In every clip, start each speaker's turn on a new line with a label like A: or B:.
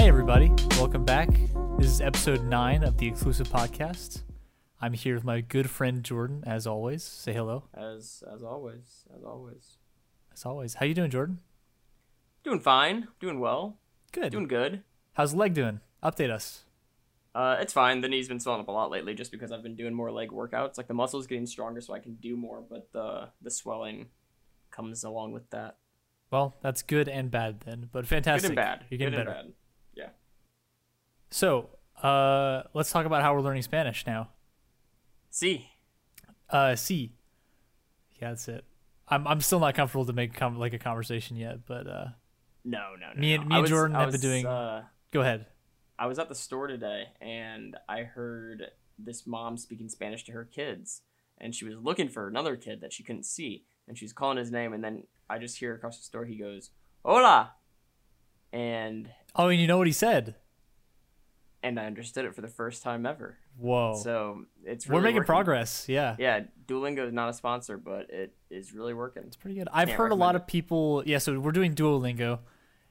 A: everybody. Welcome back. This is episode nine of the exclusive podcast. I'm here with my good friend Jordan, as always. Say hello,
B: As as always, as always.
A: as always. How you doing, Jordan?
B: Doing fine, doing well,
A: Good.
B: doing good.
A: How's the leg doing? Update us.
B: Uh, it's fine. The knee's been swelling up a lot lately, just because I've been doing more leg workouts. Like the muscles getting stronger, so I can do more. But the the swelling comes along with that.
A: Well, that's good and bad then, but
B: Good
A: fantastic.
B: and bad.
A: You're getting
B: good
A: better.
B: and bad. Yeah.
A: So, uh, let's talk about how we're learning Spanish now.
B: See,
A: Uh, C. Yeah, that's it. I'm I'm still not comfortable to make com- like a conversation yet, but uh,
B: no, no, no.
A: Me and-
B: no.
A: me
B: I
A: and
B: was-
A: Jordan
B: I
A: have been
B: was,
A: doing-
B: Uh,
A: go ahead.
B: I was at the store today and I heard this mom speaking Spanish to her kids and she was looking for another kid that she couldn't see and she's calling his name and then I just hear across the store he goes, "Hola." And
A: Oh, and you know what he said?
B: and I understood it for the first time ever.
A: Whoa.
B: So, it's
A: Oh. we're
B: really
A: making
B: working.
A: progress. Yeah.
B: Yeah, Duolingo is not a sponsor, but it is really working.
A: It's pretty good. I've
B: Can't
A: heard a lot
B: recommend
A: of people. Yeah, so we're doing Duolingo,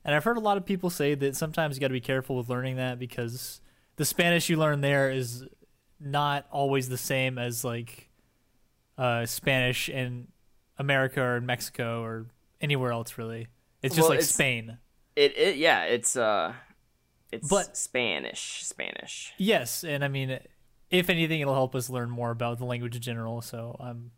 A: and I've heard a lot of people say that sometimes you got to be careful with learning that because the Spanish you learn there is not always the same as like uh, Spanish in America or in Mexico or anywhere else really. It's just
B: Well,
A: like
B: it's-
A: Spain.
B: It, it yeah, it's uh it's
A: But-
B: Spanish, Spanish.
A: Yes, and I mean, if anything, it'll help us learn more about the language in general. So um,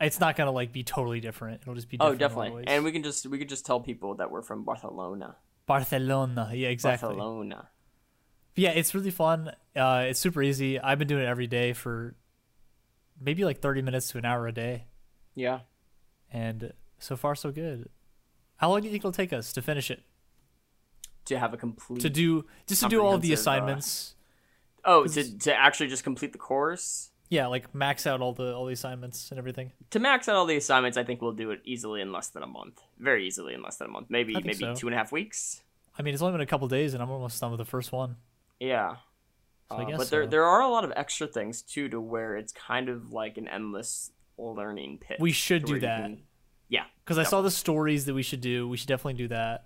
A: it's not gonna like be totally different. It'll just be different
B: Oh,
A: in a lot of
B: definitely.
A: ways.
B: And we can just we could just tell people that we're from Barcelona.
A: Barcelona, yeah, exactly.
B: Barcelona.
A: yeah it's really fun uh it's super easy i've been doing it every day for maybe like 30 minutes to an hour a day
B: Yeah.
A: and so far so good how long do you think it'll take us to finish it
B: To have a complete
A: to do just to do all the
B: Comprehensive, uh,
A: assignments
B: oh to to actually just complete the course
A: yeah like max out all the all the assignments and everything
B: to max out all the assignments. I think we'll do it easily in less than a month. Very easily in less than a month. Maybe
A: I think
B: maybe
A: so.
B: two and a half weeks.
A: i mean it's only been a couple days and i'm almost done with the first one
B: Yeah.
A: So I
B: Uh,
A: guess
B: but there
A: so.
B: there are a lot of extra things too to where it's kind of like an endless learning pit.
A: We should
B: to
A: do
B: where you
A: that.
B: can- yeah.
A: because i saw the stories that we should do we should definitely do that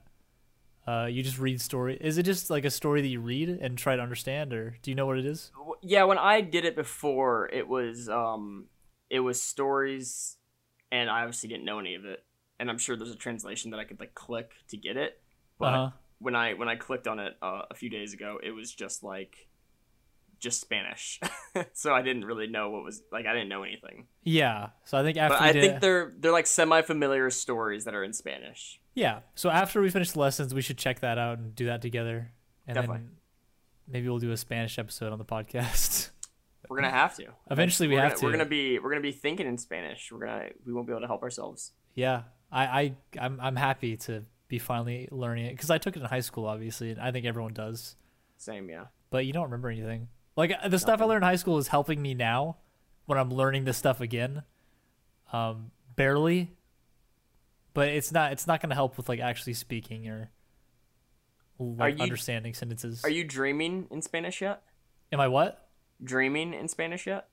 A: uh you just read story is it just like a story that you read and try to understand or do you know what it is
B: W- yeah when i did it before it was um it was stories and i obviously didn't know any of it and i'm sure there's a translation that i could like click to get it but
A: Uh-huh.
B: when i when i clicked on it uh, a few days ago it was just like just spanish so i didn't really know what was like i didn't know anything
A: yeah so i think after
B: but
A: we
B: i
A: did
B: think
A: it-
B: they're they're like semi-familiar stories that are in spanish
A: Yeah. So after we finish the lessons, we should check that out and do that together. And
B: Definitely.
A: then maybe we'll do a Spanish episode on the podcast.
B: we're gonna have to
A: Eventually we
B: We're
A: have
B: gonna-
A: to.
B: we're gonna be we're gonna be thinking in spanish we're gonna we won't be able to help ourselves
A: yeah. I, I I'm I'm happy to be finally learning it because I took it in high school, obviously, and I think everyone does.
B: same yeah
A: But you don't remember anything. Like uh, the stuff I learned in high school is helping me now when I'm learning this stuff again. Um, barely. But it's not it's not gonna help with like actually speaking or like
B: you-
A: understanding sentences.
B: are you dreaming in spanish yet
A: Am I what?
B: dreaming in Spanish yet?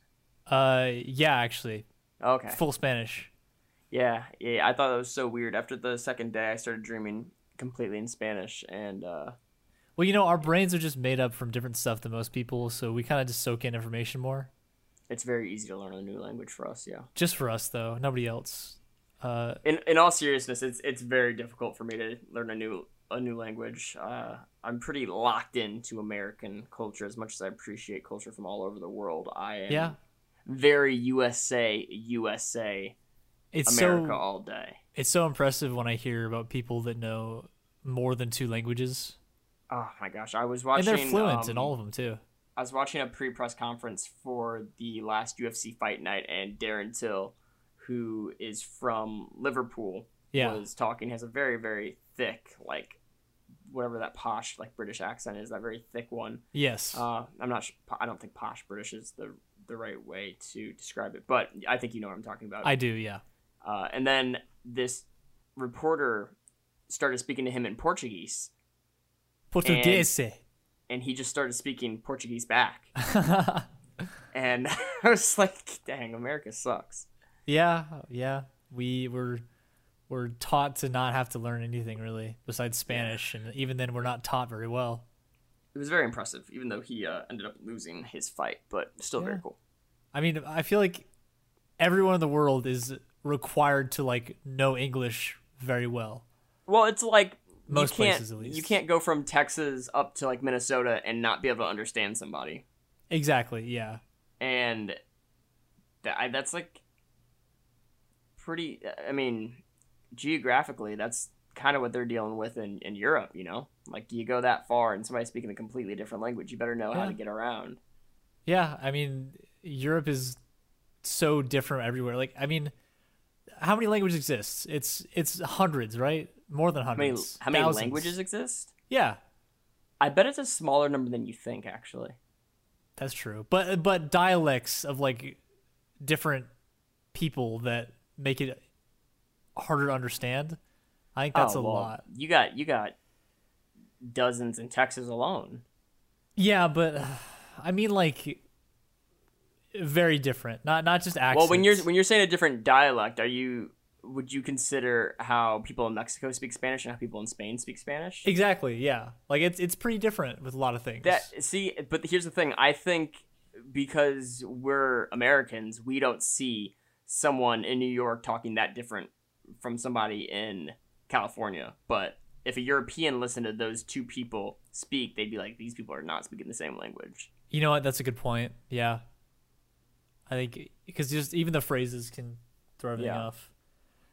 A: Uh, yeah, actually,
B: Okay.
A: full Spanish.
B: Yeah, yeah. I thought that was so weird. After the second day, I started dreaming completely in Spanish, and uh,
A: Well, you know, our brains are just made up from different stuff than most people, so we kind of just soak in information more.
B: it's very easy to learn a new language for us. Yeah.
A: Just for us, though, nobody else. Uh,
B: In in all seriousness, it's it's very difficult for me to learn a new a new language. Uh, I'm pretty locked into American culture. As much as I appreciate culture from all over the world, I am
A: Yeah.
B: very USA USA
A: it's
B: America
A: so
B: all day.
A: it's so impressive when I hear about people that know more than two languages,
B: Oh my gosh! I was watching.
A: and they're fluent in
B: um,
A: all of them too.
B: I was watching a pre-press conference for the last UFC fight night, and Darren Till, who is from Liverpool,
A: Yeah,
B: was talking. Has a very very thick, like whatever that posh like British accent is, that very thick one.
A: yes,
B: Uh, I'm not. Sh- po- I don't think posh British is the the right way to describe it, but I think you know what I'm talking about.
A: I do. Yeah,
B: Uh, and then this reporter started speaking to him in Portuguese,
A: Portuguese.
B: and he just started speaking Portuguese back. and I was like, "Dang, America sucks."
A: yeah, yeah. We were we're taught to not have to learn anything really besides Spanish, and even then, we're not taught very well.
B: it was very impressive, even though he uh, ended up losing his fight, but still very
A: Yeah.
B: cool.
A: I mean, I feel like everyone in the world is required to like know English very well.
B: Well, it's like
A: Most
B: you can't,
A: places, at
B: You
A: least.
B: can't go from Texas up to like Minnesota and not be able to understand somebody,
A: Exactly. Yeah.
B: and that I, that's like pretty. I mean, geographically, that's kind of what they're dealing with in in Europe. You know, like you go that far and somebody speaking a completely different language, you better know how
A: Yeah.
B: to get around.
A: Yeah. I mean, Europe is so different everywhere. Like, I mean, how many languages exist? It's it's hundreds, right? More than
B: How many
A: hundreds.
B: how many
A: thousands.
B: languages exist?
A: Yeah,
B: I bet it's a smaller number than you think, actually.
A: that's true. But but dialects of like different people that make it harder to understand. I think that's
B: Oh,
A: a
B: well,
A: lot.
B: You got you got dozens in Texas alone.
A: Yeah, but I mean like very different. Not not just accents.
B: Well, when you're when you're saying a different dialect, are you would you consider how people in Mexico speak Spanish and how people in Spain speak Spanish?
A: Exactly, yeah. Like it's it's pretty different with a lot of things.
B: That see, but here's the thing. I think because we're Americans, we don't see someone in New York talking that different from somebody in California. But if a European listened to those two people speak, they'd be like, "These people are not speaking the same language."
A: you know what? That's a good point. Yeah. I think because just even the phrases can throw everything
B: Yeah.
A: off.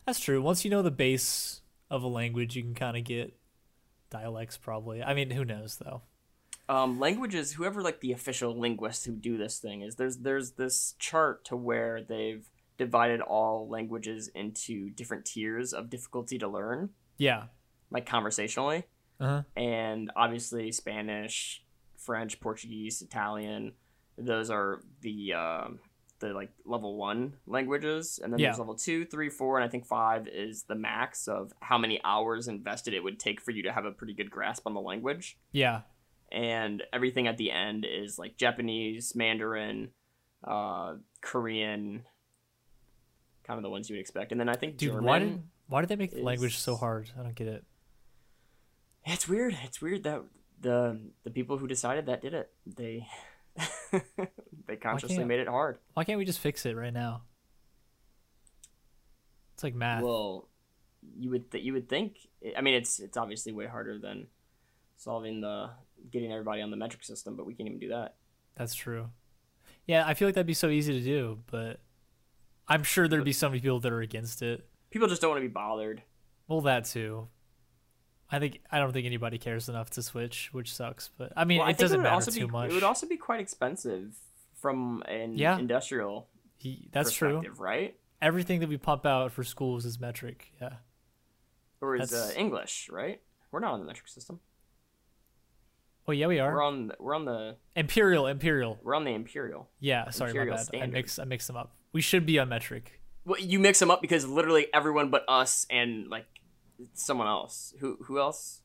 A: That's true. Once you know the base of a language, you can kind of get dialects probably. I mean, who knows though.
B: um, languages whoever like the official linguists who do this thing is there's there's this chart to where they've divided all languages into different tiers of difficulty to learn
A: Yeah.
B: like conversationally
A: Uh-huh.
B: and obviously spanish french portuguese italian those are the um, the like level one languages and then
A: Yeah.
B: there's level two three four and i think five is the max of how many hours invested it would take for you to have a pretty good grasp on the language
A: Yeah.
B: and everything at the end is like Japanese, Mandarin, uh, Korean, kind of the ones you would expect. And then I think
A: Dude,
B: German.
A: why did why did they make the language
B: is-
A: so hard? I don't get it.
B: It's weird. It's weird that the the people who decided that did it. They they consciously
A: can't-
B: made it hard.
A: Why can't we just fix it right now? It's like math.
B: Well, you would th- you would think. I mean, it's it's obviously way harder than solving the getting everybody on the metric system, but we can't even do that.
A: That's true. Yeah, I feel like that'd be so easy to do, but I'm sure there'd be so many people that are against it.
B: People just don't want to be bothered.
A: Well, that too. I think I don't think anybody cares enough to switch, which sucks. But I mean,
B: Well, I
A: it
B: think
A: doesn't
B: would
A: matter
B: also
A: too
B: be,
A: much.
B: It would also be quite expensive from an
A: Yeah.
B: industrial
A: He- that's true.
B: perspective, right?
A: Everything that we pump out for schools is metric. Yeah,
B: Or is uh,
A: That's-
B: English right? We're not on the metric system.
A: well, Oh, yeah, we are
B: We're on the, we're on the
A: imperial. Imperial.
B: we're on the imperial.
A: Yeah, sorry,
B: Imperial
A: my bad.
B: standard.
A: I mix I mix them up. We should be on metric.
B: Well, you mix them up because literally everyone but us and like someone else. Who who else?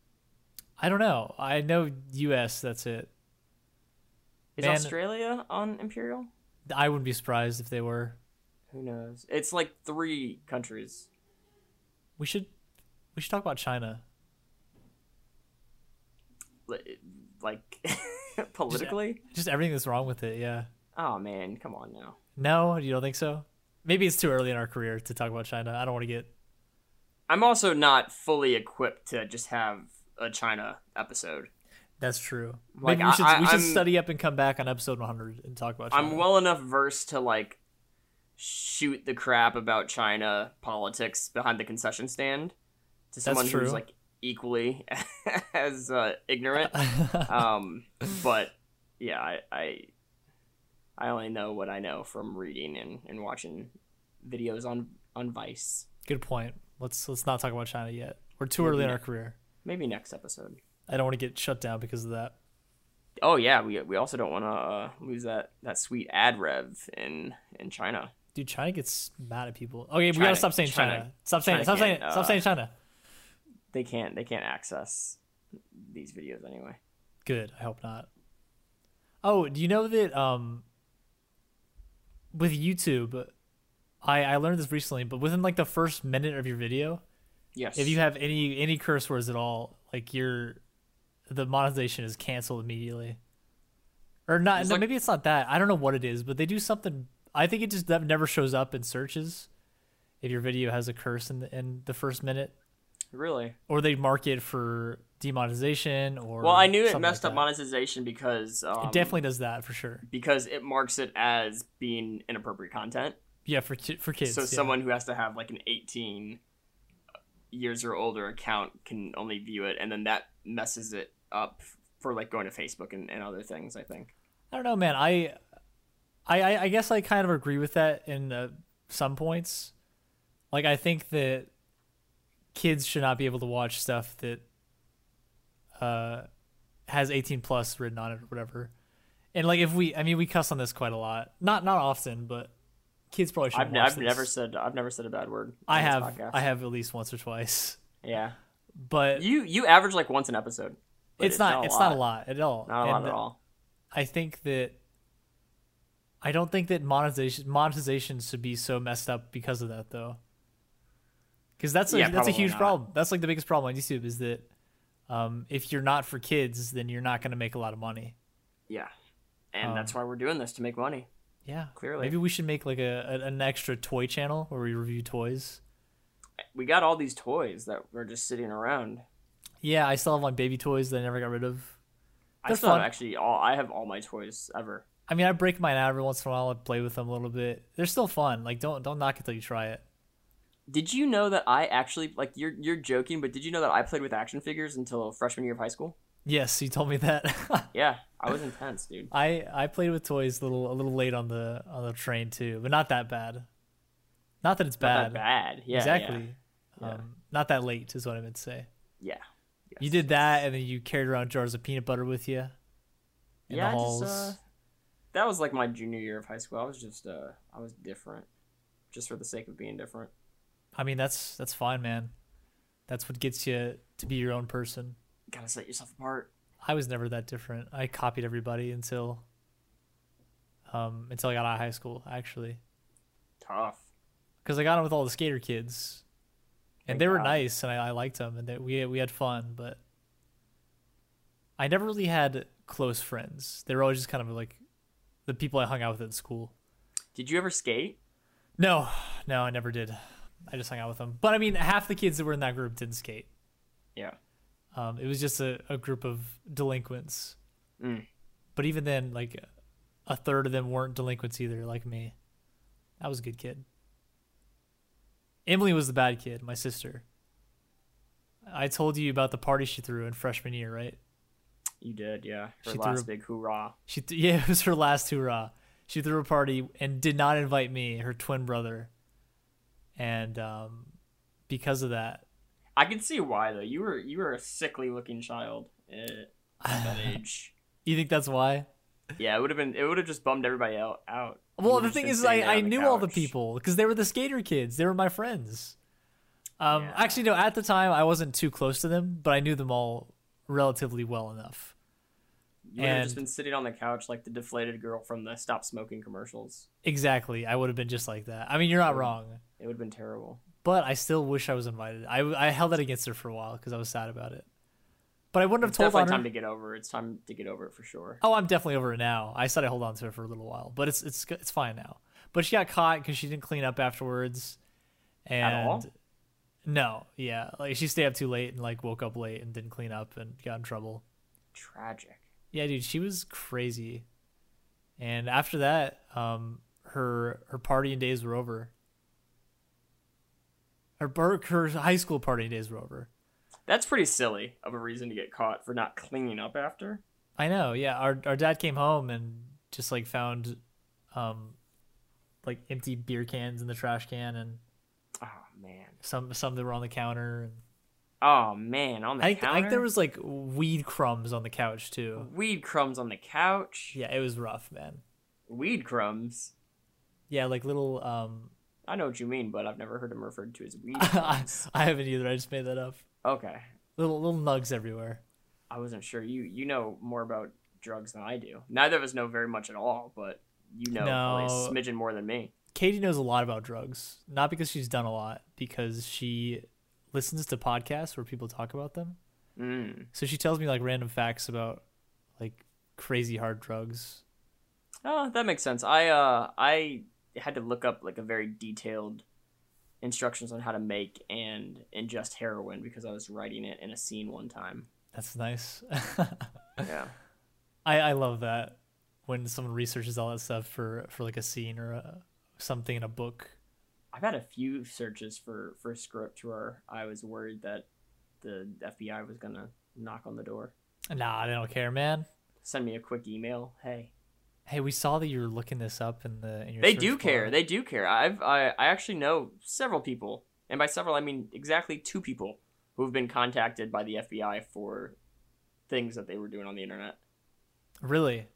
A: I don't know. I know U.S. That's it.
B: Is
A: Man-
B: Australia on imperial?
A: I wouldn't be surprised if they were.
B: Who knows? It's like three countries.
A: We should we should talk about China.
B: li- Like politically?
A: Just everything that's wrong with it. Yeah.
B: Oh man, come on now.
A: No, you don't think so? Maybe it's too early in our career to talk about China. I don't want to get
B: I'm also not fully equipped to just have a China episode.
A: That's true.
B: Like,
A: Maybe we should,
B: I-
A: we should
B: I'm-
A: study up and come back on episode 100 and talk about. China.
B: I'm well enough versed to like shoot the crap about China politics behind the concession stand to someone who's
A: true.
B: like equally as uh, ignorant. um, but yeah, I, I I only know what I know from reading and, and watching videos on on Vice.
A: Good point. Let's let's not talk about China yet. We're too early in our career.
B: Maybe next episode.
A: I don't want to get shut down because of that.
B: Oh yeah, we, we also don't want to uh, lose that, that sweet ad rev in in China.
A: Dude, China gets mad at people. Okay, we
B: China-
A: gotta stop saying China.
B: China-
A: Stop saying.
B: China
A: it. stop saying.
B: can't,
A: it.
B: uh,
A: stop saying China.
B: They can't they can't access these videos anyway.
A: Good. I hope not. Oh, do you know that um with YouTube, I I learned this recently, but within like the first minute of your video,
B: Yes.
A: if you have any any curse words at all, like your the monetization is canceled immediately. Or not?
B: It's
A: no,
B: like-
A: maybe it's not that. I don't know what it is, but they do something. I think it just that never shows up in searches if your video has a curse in the, in the first minute,
B: Really?
A: or they mark it for demonetization. Or
B: Well, I knew it
A: something like
B: messed up
A: that.
B: monetization because um,
A: It definitely does that for sure.
B: because it marks it as being inappropriate content.
A: Yeah, for ki- for kids.
B: so
A: yeah.
B: someone who has to have like an 18 years or older account can only view it, and then that messes it up for like going to Facebook and, and other things. I think.
A: I don't know, man. I, I, I- I guess I kind of agree with that in uh, some points. Like, I think that kids should not be able to watch stuff that uh, has 18 plus written on it or whatever. And like, if we, I mean, we cuss on this quite a lot. Not not often, but kids probably should.
B: I've,
A: watch
B: I've
A: this.
B: never said I've never said a bad word.
A: I
B: on this
A: have.
B: podcast.
A: I have at least once or twice,
B: Yeah.
A: but
B: You you average like once an episode. but
A: it's, not. it's not a lot at all.
B: Not a lot
A: And
B: at all.
A: I think that I don't think that monetization monetization should be so messed up because of that though. Because that's a,
B: Yeah,
A: that's a
B: probably
A: huge
B: not.
A: problem. That's like the biggest problem on YouTube is that um, if you're not for kids, then you're not going to make a lot of money.
B: Yeah. And
A: Um,
B: that's why we're doing this to make money.
A: Yeah,
B: Clearly.
A: Maybe we should make like a, a an extra toy channel where we review toys.
B: We got all these toys that were just sitting around.
A: Yeah, I still have my baby toys that I never got rid of.
B: I
A: They're
B: still
A: fun.
B: have actually all I have all my toys ever.
A: I mean, I break mine out every once in a while. I play with them a little bit. They're still fun. Like, don't don't knock it till you try it.
B: Did you know that I actually like you're you're joking, but did you know that I played with action figures until freshman year of high school?
A: Yes, you told me that.
B: Yeah, I was intense, dude.
A: I I played with toys a little a little late on the on the train too, but not that bad. Not that it's
B: Not that
A: bad.
B: bad. Yeah.
A: exactly.
B: Yeah.
A: Um, not that late is what I meant to say.
B: Yeah. yeah.
A: You
B: Yes.
A: did that, and then you carried around jars of peanut butter with you in
B: Yeah,
A: the
B: I
A: halls.
B: just, uh, that was like my junior year of high school. I was just uh I was different. Just for the sake of being different.
A: I mean, that's that's fine, man. That's what gets you to be your own person.
B: Gotta set yourself apart.
A: I was never that different. I copied everybody until um until I got out of high school, actually.
B: Tough.
A: because I got on with all the skater kids, and
B: Thank
A: they were
B: God.
A: nice, and I, I liked them, and that we we had fun. But I never really had close friends. They were always just kind of like the people I hung out with at school.
B: Did you ever skate?
A: No, no, I never did. I just hung out with them. But I mean, half the kids that were in that group didn't skate.
B: Yeah.
A: Um, it was just a, a group of delinquents.
B: Mm.
A: But even then, like a third of them weren't delinquents either, like me. I was a good kid. Emily was the bad kid, my sister. I told you about the party she threw in freshman year, right?
B: You did, yeah. Her
A: She threw
B: last
A: a-
B: big hoorah.
A: She th- yeah, it was her last hoorah. She threw a party and did not invite me, her twin brother. And um, because of that,
B: I can see why though. You were you were a sickly looking child at that age.
A: you think that's why?
B: Yeah, it would have been it would have just bummed everybody out. out. You
A: Well,
B: would've
A: the
B: just
A: thing
B: been
A: is, I,
B: sitting there
A: I
B: on
A: knew all the
B: couch.
A: people because they were the skater kids. They were my friends. Um,
B: Yeah.
A: Actually, no, at the time I wasn't too close to them, but I knew them all relatively well enough.
B: You would have
A: and-
B: just been sitting on the couch like the deflated girl from the stop smoking commercials.
A: Exactly. I would have been just like that. I mean, you're not wrong,
B: It would have been terrible.
A: but I still wish I was invited. I, I held that against her for a while because I was sad about it. But I wouldn't have
B: It's
A: told on
B: definitely
A: her.
B: time to get over. it. It's time to get over it for sure.
A: Oh, I'm definitely over it now. I said I hold on to it for a little while, but it's it's it's fine now. But she got caught because she didn't clean up afterwards. And
B: all?
A: No, yeah, like she stayed up too late and like woke up late and didn't clean up and got in trouble.
B: Tragic.
A: Yeah, dude, she was crazy. And after that, um, her her partying days were over. Her her, her high school partying days were over.
B: That's pretty silly of a reason to get caught for not cleaning up after.
A: I know. Yeah, our our dad came home and just like found, um, like empty beer cans in the trash can and
B: Oh man.
A: some some that were on the counter. And
B: Oh man. On the
A: I think
B: counter.
A: I think there was like weed crumbs on the couch too.
B: weed crumbs on the couch.
A: Yeah, it was rough, man.
B: Weed crumbs.
A: Yeah, like little um,
B: I know what you mean, but I've never heard him referred to as weed.
A: I,
B: crumbs.
A: I haven't either. I just made that up.
B: okay,
A: Little little nugs everywhere.
B: I wasn't sure. You you know more about drugs than I do. Neither of us know very much at all, but you know probably
A: No.
B: a smidgen more than me.
A: Katie knows a lot about drugs, not because she's done a lot, because she listens to podcasts where people talk about them.
B: Mm.
A: So she tells me like random facts about like crazy hard drugs.
B: Oh, that makes sense. I uh I had to look up like a very detailed instructions on how to make and ingest heroin because I was writing it in a scene one time.
A: That's nice.
B: Yeah.
A: I I love that when someone researches all that stuff for for like a scene or a, something in a book.
B: I've had a few searches for for a script where I was worried that the FBI was gonna knock on the door,
A: Nah, they don't care, man.
B: send me a quick email. Hey,
A: Hey, we saw that you were looking this up in the. In your
B: they
A: search
B: do care.
A: bar.
B: They do care. I've I, I actually know several people, and by several I mean exactly two people who have been contacted by the FBI for things that they were doing on the internet.
A: really.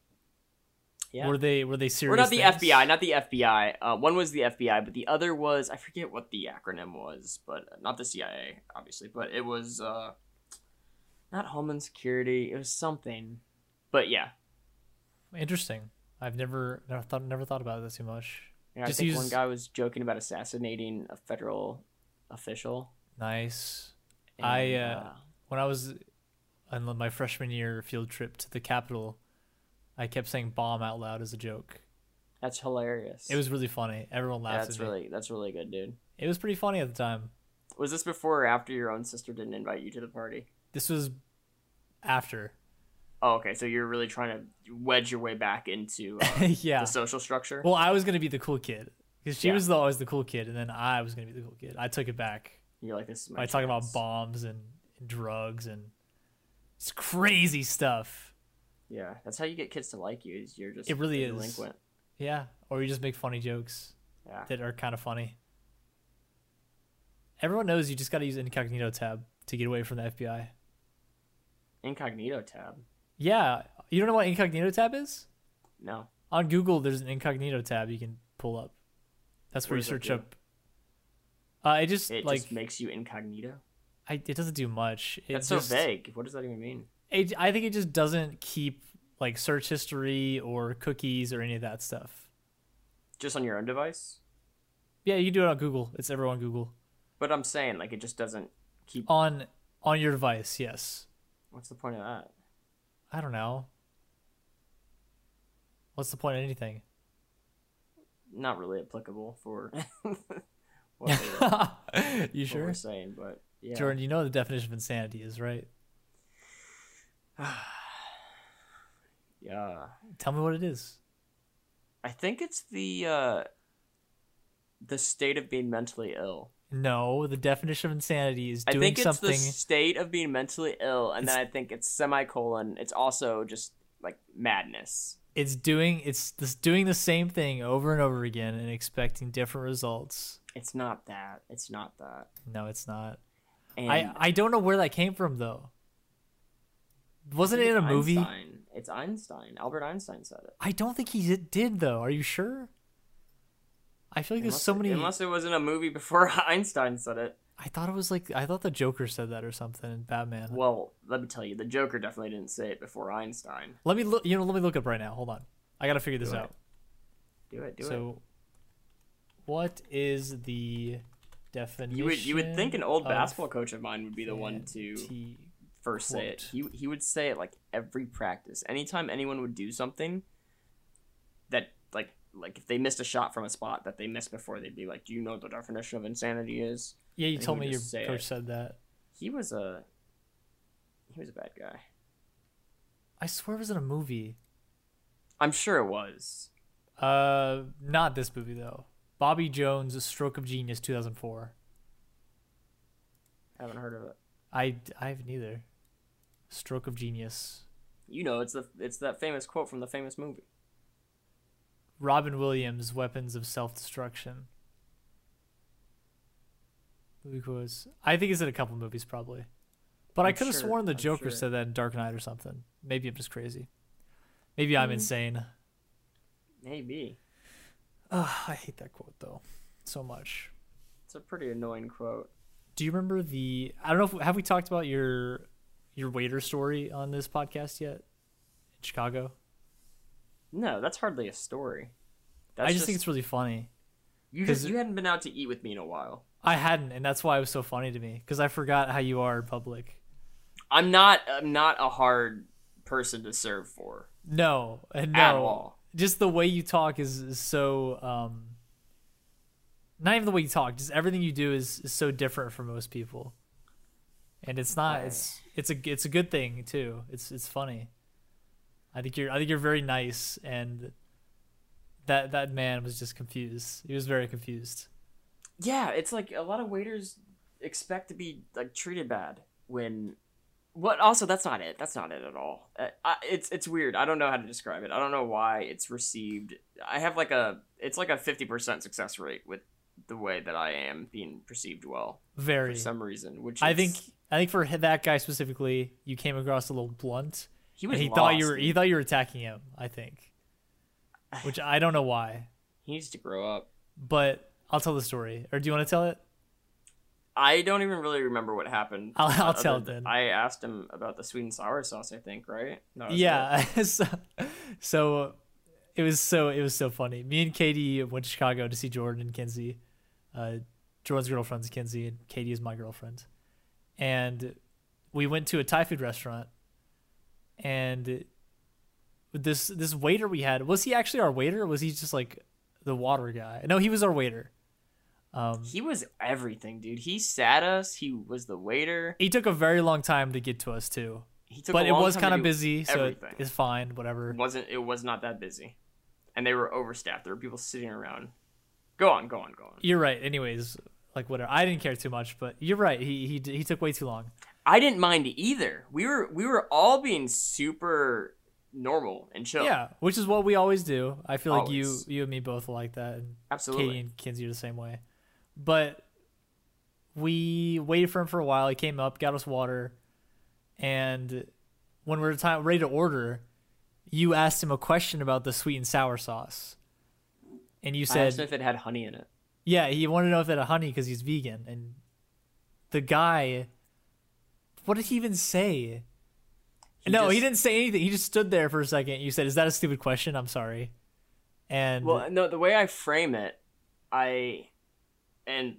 B: Yeah.
A: Were they were they serious?
B: Or not the
A: things?
B: FBI, not the FBI. Uh, one was the FBI, but the other was I forget what the acronym was, but uh, not the CIA, obviously. But it was uh, not Homeland Security. It was something. But yeah,
A: Interesting. I've never never thought never thought about that too much.
B: Yeah, I
A: Just
B: think
A: use-
B: one guy was joking about assassinating a federal official.
A: Nice. I,
B: and,
A: uh, When I was on my freshman year field trip to the Capitol, I kept saying "bomb" out loud as a joke.
B: that's hilarious.
A: It was really funny. Everyone
B: Yeah,
A: laughed.
B: that's
A: at me.
B: really that's really good, dude.
A: It was pretty funny at the time.
B: Was this before or after your own sister didn't invite you to the party?
A: This was after.
B: Oh, okay. So you're really trying to wedge your way back into uh,
A: yeah.
B: the social structure.
A: Well, I was gonna be the cool kid because she
B: Yeah.
A: was the, always the cool kid, and then I was gonna be the cool kid. I took it back.
B: You're like this is my.
A: I talk about
B: chance.
A: bombs and, and drugs and it's crazy stuff.
B: Yeah, that's how you get kids to like you. Is you're just
A: It really
B: a
A: is.
B: delinquent.
A: Yeah, or you just make funny jokes
B: Yeah,
A: that are kind of funny. Everyone knows you just got to use incognito tab to get away from the FBI.
B: incognito tab.
A: Yeah, you don't know what incognito tab is?
B: No,
A: On Google, there's an incognito tab you can pull up. That's where
B: What
A: you
B: does that
A: search
B: do?
A: up. Uh, it just
B: it
A: like
B: just makes you incognito.
A: I, it doesn't do much. It
B: That's
A: just,
B: so vague. What does that even mean?
A: It, I think it just doesn't keep like search history or cookies or any of that stuff.
B: Just on your own device.
A: Yeah, you can do it on Google. It's everyone Google
B: But I'm saying like it just doesn't keep.
A: on on your device. Yes,
B: What's the point of that?
A: I don't know. What's the point of anything?
B: Not really applicable for what, we're, what
A: you sure,
B: we're saying. But yeah,
A: Jordan? You know what the definition of insanity is, right?
B: yeah.
A: Tell me what it is.
B: I think it's the uh, the state of being mentally ill.
A: No, the definition of insanity is doing
B: I think
A: something.
B: it's the state of being mentally ill, and then I think it's semicolon. It's also just like madness.
A: It's doing. It's this doing the same thing over and over again and expecting different results.
B: It's not that. It's not that.
A: No, it's not.
B: And
A: I I don't know where that came from though. Wasn't it in a
B: it's
A: movie?
B: Einstein. It's Einstein. Albert Einstein said it.
A: I don't think he did- did though. Are you sure? I feel like
B: Unless,
A: there's so many.
B: unless it was in a movie before Einstein said it.
A: I thought it was like I thought the Joker said that or something in Batman.
B: Well, let me tell you, the Joker definitely didn't say it before Einstein.
A: Let me look. You know, let me look up right now. Hold on. I gotta figure this
B: Do it.
A: out.
B: Do it. Do
A: so, what is the
B: it.
A: definition?
B: You would you would think an old
A: of
B: basketball coach of mine would be the one to
A: anti-
B: first say it. He he would say it like every practice. Anytime anyone would do something that like like if they missed a shot from a spot that they missed before, they'd be like, "Do you know what the definition of insanity is?"
A: Yeah, you
B: he
A: told
B: would
A: me your
B: just say
A: coach
B: it.
A: said that.
B: He was a he was a bad guy.
A: I swear it was in a movie.
B: I'm sure it was.
A: Uh, not this movie though. Bobby Jones, Stroke of Genius, 2004.
B: I haven't heard of it.
A: I I have neither. Stroke of Genius.
B: You know, it's the it's that famous quote from the famous movie.
A: Robin Williams, Weapons of Self Destruction. Movie quotes. I think it's in a couple movies probably. But i
B: I'm
A: could have
B: sure-
A: sworn the
B: I'm
A: Joker
B: sure.
A: said that in Dark Knight or something. Maybe I'm just crazy. Maybe
B: Mm-hmm.
A: I'm insane.
B: Maybe
A: Ugh, I hate that quote though, so much.
B: it's a pretty annoying quote.
A: Do you remember the? I don't know. if Have we talked about your your waiter story on this podcast yet? In Chicago,
B: No, that's hardly a story. That's
A: I just, think it's really funny.
B: you
A: 'cause
B: just
A: it-
B: you hadn't been out to eat with me in a while.
A: I hadn't, and that's why it was so funny to me because I forgot how you are in public.
B: I'm not I'm not a hard person to serve for
A: No, and no.
B: at all.
A: Just the way you talk is, is so. Um, not even the way you talk. Just everything you do is, is so different for most people, and it's not. It's it's a it's a good thing too. It's it's funny. I think you're I think you're very nice, and that that man was just confused. He was very confused.
B: Yeah, it's like a lot of waiters expect to be like treated bad when what also that's not it. That's not it at all. Uh, I, it's it's weird. I don't know how to describe it. I don't know why it's received. I have like a it's like a 50% success rate with the way that I am being perceived well
A: Very.
B: for some reason, which
A: I
B: is-
A: think I think for that guy specifically, you came across a little blunt.
B: he
A: and
B: was
A: he thought you
B: lost.
A: were he thought you were attacking him. I think, which I don't know why,
B: he needs to grow up.
A: but I'll tell the story. Or do you want to tell it?
B: I don't even really remember what happened.
A: I'll- I'll
B: other
A: tell
B: th-
A: then.
B: I asked him about the sweet and sour sauce. I think right. No, that's right.
A: yeah. so, so it was so it was so funny. Me and Katie went to Chicago to see Jordan and Kinsey. Uh, Jordan's girlfriend's Kinsey, and Katie is my girlfriend. And we went to a Thai food restaurant, and this this waiter we had was he actually our waiter? Or was he just like the water guy? No, he was our waiter. Um,
B: He was everything, dude. He sat us. He was the waiter.
A: he took a very long time to get to us too,
B: He took.
A: but
B: a
A: it
B: long
A: was
B: time
A: kind
B: to
A: of
B: do
A: busy, so it-
B: everything.
A: it's fine. Whatever.
B: It wasn't. It was not that busy, and they were overstaffed. There were people sitting around. Go on, go on, go on.
A: You're right. Anyways, like whatever. I didn't care too much, but you're right. He he d- he took way too long.
B: I didn't mind either. We were we were all being super normal and chill.
A: Yeah, which is what we always do. I feel like you
B: Always.
A: you and me both are like that, and
B: absolutely.
A: Katie and Kinsey are the same way. But we waited for him for a while. He came up, got us water, and when we were time ready to order, you asked him a question about the sweet and sour sauce, and you
B: I asked
A: said,
B: him if it had honey in it.
A: Yeah, he wanted to know if it had honey because he's vegan. And the guy, what did he even say?
B: He
A: no, he
B: just-
A: didn't say anything. He just stood there for a second. You said, "Is that a stupid question?" I'm sorry. And
B: Well, no, the way I frame it, I and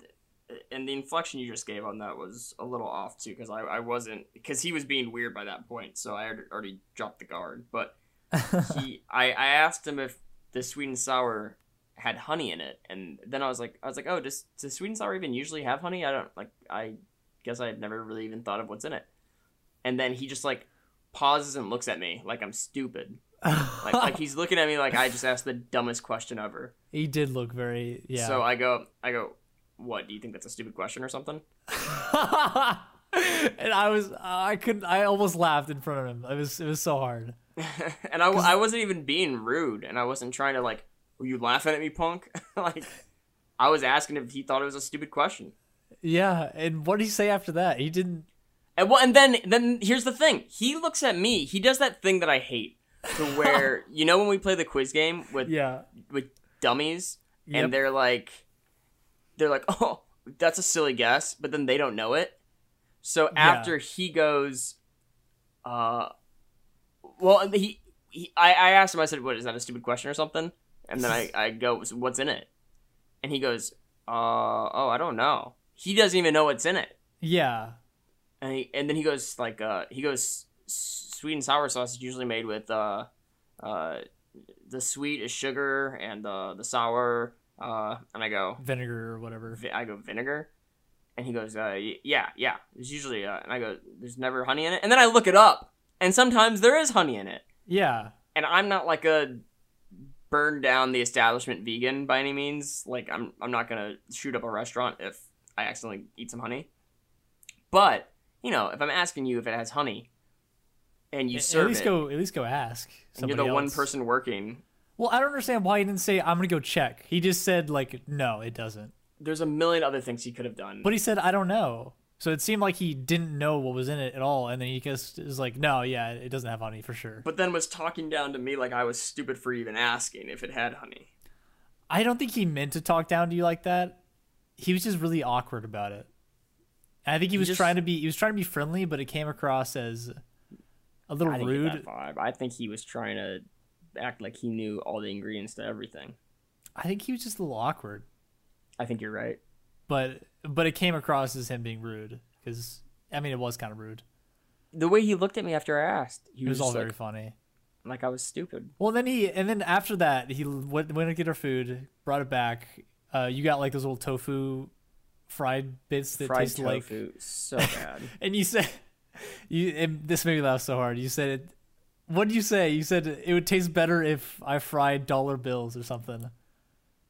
B: and the inflection you just gave on that was a little off too because I, I wasn't because he was being weird by that point, so I had already dropped the guard. But he, I, I asked him if the sweet and sour had honey in it, and then I was like, I was like, oh, does does sweet and sour even usually have honey? I don't like. I guess I had never really even thought of what's in it. And then he just like pauses and looks at me like I'm stupid. Like, like he's looking at me like I just asked the dumbest question ever.
A: he did look very yeah.
B: So I go, I go, what? Do you think that's a stupid question or something?
A: and I was I couldn't I almost laughed in front of him. It was it was so hard.
B: and I, I wasn't even being rude, and I wasn't trying to like, were you laughing at me, punk? like, I was asking if he thought it was a stupid question.
A: Yeah, and what did he say after that? He didn't.
B: And well, and then then here's the thing. He looks at me. He does that thing that I hate, to where you know when we play the quiz game with
A: Yeah,
B: with dummies,
A: Yep.
B: and they're like, they're like, oh, that's a silly guess, but then they don't know it. So after he goes, uh, well, and he, he I, I asked him, I said, what is that a stupid question or something? And then I, I go, "So what's in it? And he goes, uh, oh, I don't know. He doesn't even know what's in it.
A: yeah,
B: And he, and then he goes like, uh, he goes, "S- sweet and sour sauce is usually made with, uh, uh, the sweet is sugar and uh, the sour, uh, and I go,
A: vinegar or whatever.
B: vi- I go vinegar, and he goes, uh, y- yeah, yeah. There's usually, uh, and I go, there's never honey in it. And then I look it up, and sometimes there is honey in it.
A: Yeah,
B: And I'm not like a burn down the establishment vegan by any means. Like I'm, I'm not gonna shoot up a restaurant if I accidentally eat some honey. But you know, if I'm asking you if it has honey, and you
A: At- at
B: serve
A: least
B: it,
A: go at least go ask.
B: and you're the
A: somebody
B: one
A: else.
B: person working.
A: Well, I don't understand why he didn't say I'm gonna go check. He just said like no, it doesn't.
B: There's a million other things he could have done.
A: But he said I don't know. So it seemed like he didn't know what was in it at all, and then he just is like, no, yeah, it doesn't have honey for sure.
B: but then was talking down to me like I was stupid for even asking if it had honey.
A: I don't think he meant to talk down to you like that. He was just really awkward about it. And I think he was
B: just-
A: trying to be he was trying to be friendly, but it came across as a little
B: I didn't
A: rude.
B: get that vibe. I think he was trying to act like he knew all the ingredients to everything.
A: I think he was just a little awkward,
B: I think you're right.
A: but but it came across as him being rude because I mean it was kind of rude.
B: the way he looked at me after I asked, he
A: It was
B: just
A: all very
B: like,
A: funny.
B: like I was stupid.
A: Well, then he and then after that he went went to get our food, brought it back. Uh, you got like those little tofu fried bits that
B: Fried
A: taste like
B: tofu, so bad.
A: and you said you and this made me laugh so hard you said it what did you say you said it would taste better if i fried dollar bills or something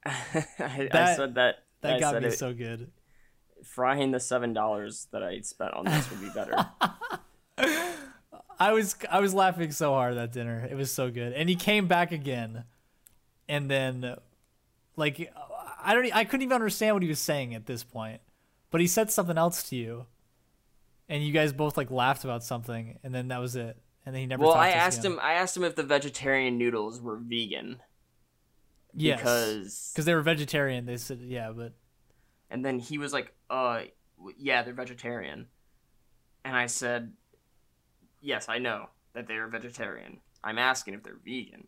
B: I, I
A: That-
B: said that.
A: that
B: I
A: got
B: said
A: me
B: it,
A: so good
B: frying the seven dollars that I spent on this would be better.
A: i was i was laughing so hard at that dinner it was so good and he came back again and then like i don't e- i couldn't even understand what he was saying at this point but he said something else to you and you guys both like laughed about something and then that was it and then he never
B: well,
A: talked
B: I
A: to us
B: asked
A: again.
B: him. I asked him if the vegetarian noodles were vegan
A: yes
B: because,
A: because they were vegetarian they said yeah but
B: and then he was like, "Uh, w- yeah, they're vegetarian," and I said, "Yes, I know that they are vegetarian. I'm asking if they're vegan."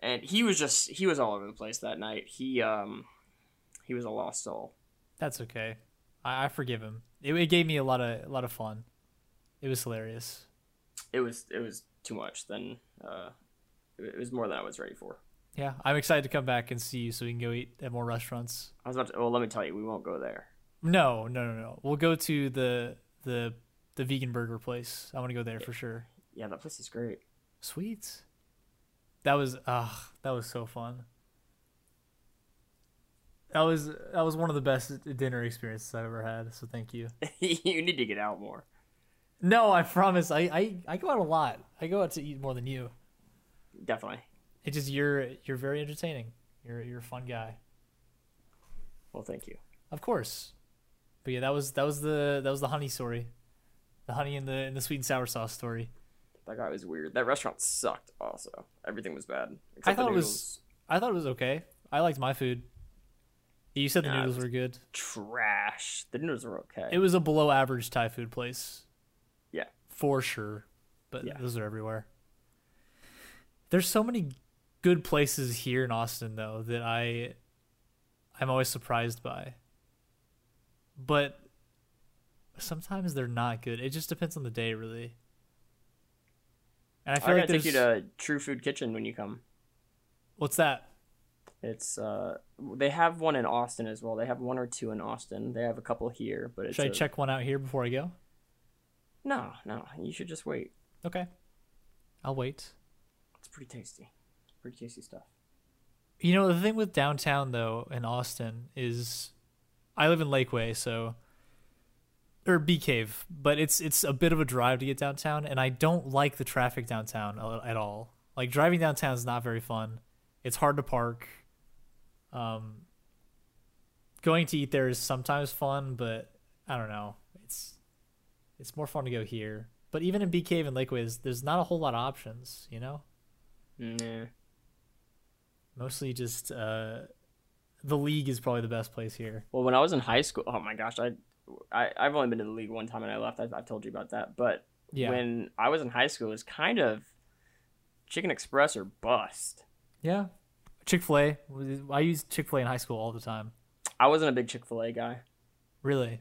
B: And he was just he was all over the place that night. He um, he was a lost soul.
A: That's okay. I, I forgive him. It, it gave me a lot of a lot of fun. It was hilarious.
B: It was it was too much. Then uh, it it was more than I was ready for.
A: Yeah, I'm excited to come back and see you so we can go eat at more restaurants.
B: I was about to. Well, let me tell you, we won't go there.
A: No, no, no, no. We'll go to the the the vegan burger place. I want to go there for sure.
B: Yeah, that place is great.
A: Sweet. That was ah, that was so fun. That was that was one of the best dinner experiences I've ever had. So thank you.
B: you need to get out more.
A: No, I promise. I, I I go out a lot. I go out to eat more than you.
B: Definitely.
A: It just you're you're very entertaining. You're you're a fun guy.
B: Well, thank you.
A: Of course. But yeah, that was that was the that was the honey story. The honey and the and the sweet and sour sauce story.
B: That guy was weird. That restaurant sucked. Also, everything was bad. Except
A: thought
B: the
A: it was-
B: noodles.
A: I thought it was okay. I liked my food. You said the
B: Nah, it
A: noodles
B: was-
A: were good.
B: trash. The noodles were okay.
A: It was a below average Thai food place.
B: Yeah.
A: For sure. But
B: Yeah.
A: those are everywhere. There's so many good places here in Austin though that I I'm always surprised by. But sometimes they're not good. It just depends on the day really. And I
B: I
A: feel
B: am
A: like
B: gonna
A: there's
B: take you to True Food Kitchen when you come.
A: what's that?
B: It's uh, they have one in Austin as well. They have one or two in Austin. They have a couple here, but it's
A: Should I
B: a-
A: check one out here before I go?
B: No, no. You should just wait.
A: Okay. I'll wait.
B: It's pretty tasty. Pretty tasty stuff.
A: You know, the thing with downtown though in Austin is I live in Lakeway, so or Bee Cave, but it's it's a bit of a drive to get downtown and I don't like the traffic downtown a- at all. Like driving downtown is not very fun. It's hard to park. Um going to eat there is sometimes fun, but I don't know. It's it's more fun to go here. But even in Bee Cave and Lakeway, there's, there's not a whole lot of options, you know?
B: Nah.
A: mostly just uh the league is probably the best place here
B: Well, when I was in high school, oh my gosh, I, I I've only been in the league one time and I left. I've, I've told you about that, but
A: yeah
B: when I was in high school it was kind of Chicken Express or bust.
A: yeah chick-fil-a i used chick-fil-a in high school all the time
B: I wasn't a big Chick Fil A guy.
A: really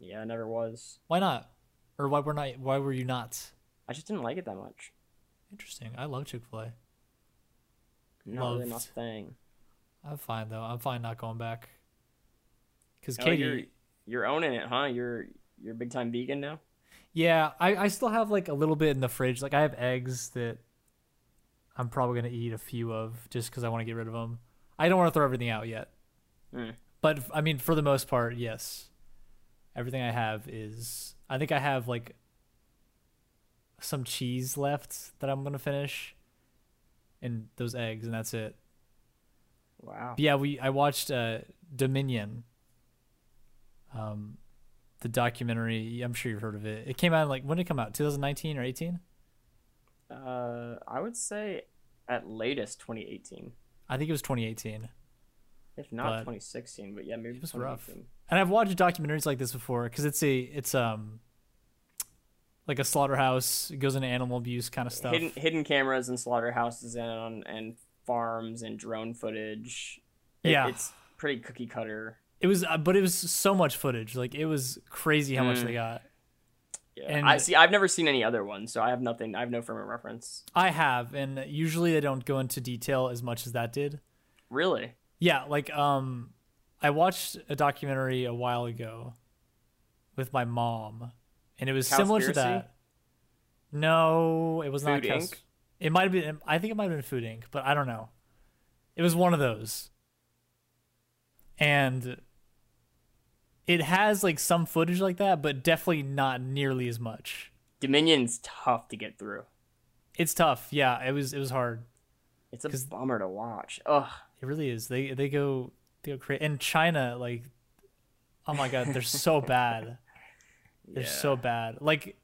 B: Yeah, I never was.
A: why not or why were not why were you not
B: I just didn't like it that much.
A: interesting i love chick-fil-a
B: Not really my
A: Loved.
B: thing.
A: i'm fine though i'm fine not going back because
B: Oh,
A: katie
B: you're, you're owning it, huh? You're you're a big time vegan now.
A: yeah I, I still have like a little bit in the fridge like i have eggs that i'm probably going to eat a few of just because i want to get rid of them i don't want to throw everything out yet
B: Mm.
A: But f- I mean, for the most part, yes. Everything I have is. I think I have like some cheese left that I'm gonna finish, and those eggs, and that's it.
B: Wow.
A: But yeah, we I watched uh, Dominion. Um, the documentary. I'm sure you've heard of it. It came out in, like when did it come out? 2019 or 18?
B: Uh, I would say at latest 2018,
A: I think it was 2018.
B: if not
A: But-
B: 2016. But yeah, maybe
A: It was rough.
B: 2018.
A: and I've watched documentaries like this before because it's a it's um like a slaughterhouse. It goes into animal abuse kind of stuff.
B: Hidden hidden cameras and slaughterhouses and on and farms and drone footage. It-
A: Yeah.
B: it's pretty cookie cutter.
A: It was, uh, but it was so much footage. Like it was crazy how much
B: Mm.
A: they got.
B: Yeah.
A: And-
B: I see. I've never seen any other one, so I have nothing. I have no frame of reference.
A: I have, and usually they don't go into detail as much as that did.
B: Really?
A: Yeah, like um, I watched a documentary a while ago with my mom, and it was similar to
B: Cowspiracy?
A: that. No, it was not.
B: Food
A: Cows-
B: Inc?
A: It might have been. I think it might have been Food Inc. But I don't know. It was one of those, and it has like some footage like that, but definitely not nearly as much.
B: Dominion's tough to get through.
A: It's tough. Yeah, it was. It was hard.
B: It's a
A: 'Cause-
B: bummer to watch. Ugh.
A: It really is. They they go they go crazy. And China, like, oh my god, they're so bad. They're
B: Yeah.
A: so bad. Like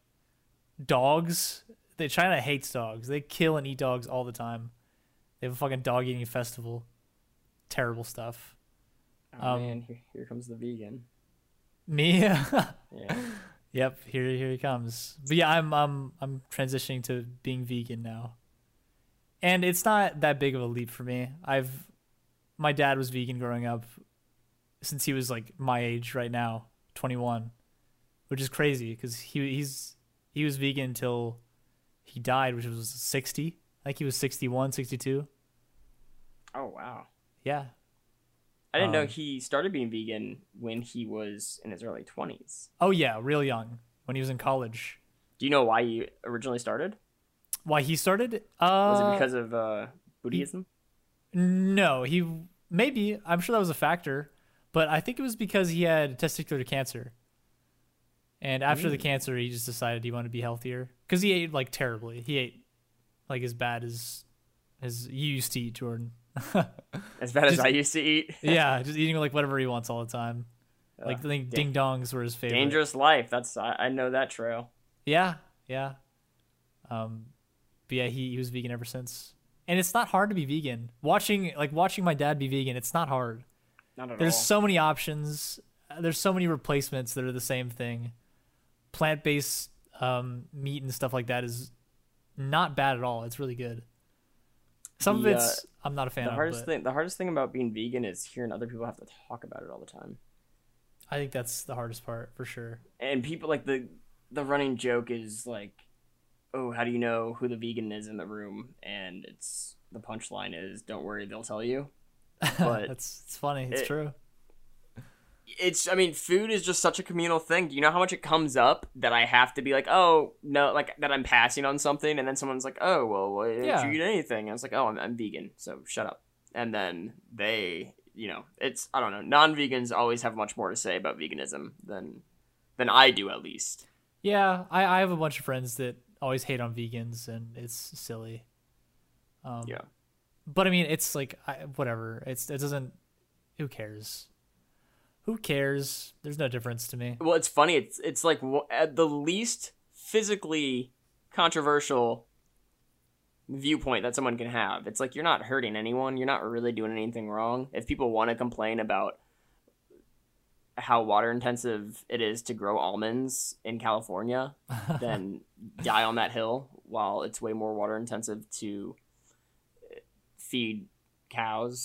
A: dogs. They China hates dogs. They kill and eat dogs all the time. They have a fucking dog eating festival. Terrible stuff.
B: Oh,
A: um,
B: man, here, here comes the vegan.
A: Me.
B: Yeah.
A: yep. Here here he comes. But yeah, I'm I'm I'm transitioning to being vegan now. And it's not that big of a leap for me. I've my dad was vegan growing up since he was like my age right now, 21, which is crazy cuz he he's he was vegan until he died, which was 60. I think he was 61, 62.
B: Oh wow.
A: Yeah.
B: I didn't know
A: Um,
B: he started being vegan when he was in his early twenties.
A: Oh yeah, real young when he was in college.
B: Do you know why he originally started?
A: Why he started?
B: Was
A: Uh
B: it because of uh, Buddhism?
A: No, he maybe I'm sure that was a factor, but I think it was because he had testicular cancer. And after the cancer, he just decided he wanted to be healthier because he ate like terribly. He ate like as bad as as you used to eat, Jordan.
B: As bad as I used to eat.
A: yeah, just eating like whatever he wants all the time. Like I think ding
B: dang-
A: dongs were his favorite.
B: Dangerous life. That's I, I know that trail.
A: Yeah, yeah. Um, but yeah, he, he was vegan ever since, and it's not hard to be vegan. Watching like watching my dad be vegan, it's not hard.
B: Not at
A: There's
B: all.
A: so many options. Uh, There's so many replacements that are the same thing. Plant based um, meat and stuff like that is not bad at all. It's really good. Some
B: The, uh,
A: of it's I'm not a fan
B: the
A: of.
B: hardest
A: but
B: thing the hardest thing about being vegan is hearing other people have to talk about it all the time
A: I think that's the hardest part for sure.
B: and people like the the running joke is like oh how do you know who the vegan is in the room and it's the punchline is don't worry they'll tell you But
A: that's it's funny. It's
B: it-
A: true.
B: it's i mean food is just such a communal thing do you know how much it comes up that i have to be like oh no like that i'm passing on something and then someone's like oh well why didn't
A: Yeah.
B: you eat anything and i was like oh I'm, I'm vegan so shut up and then they you know it's i don't know non-vegans always have much more to say about veganism than than i do at least
A: Yeah, I, I have a bunch of friends that always hate on vegans, and it's silly. Um,
B: yeah
A: but I mean, it's like I, whatever. It's it doesn't. Who cares? Who cares? There's no difference to me.
B: well it's funny it's it's like wh- at the least physically controversial viewpoint that someone can have it's like you're not hurting anyone you're not really doing anything wrong if people want to complain about how water intensive it is to grow almonds in california then die on that hill while it's way more water intensive to uh, feed cows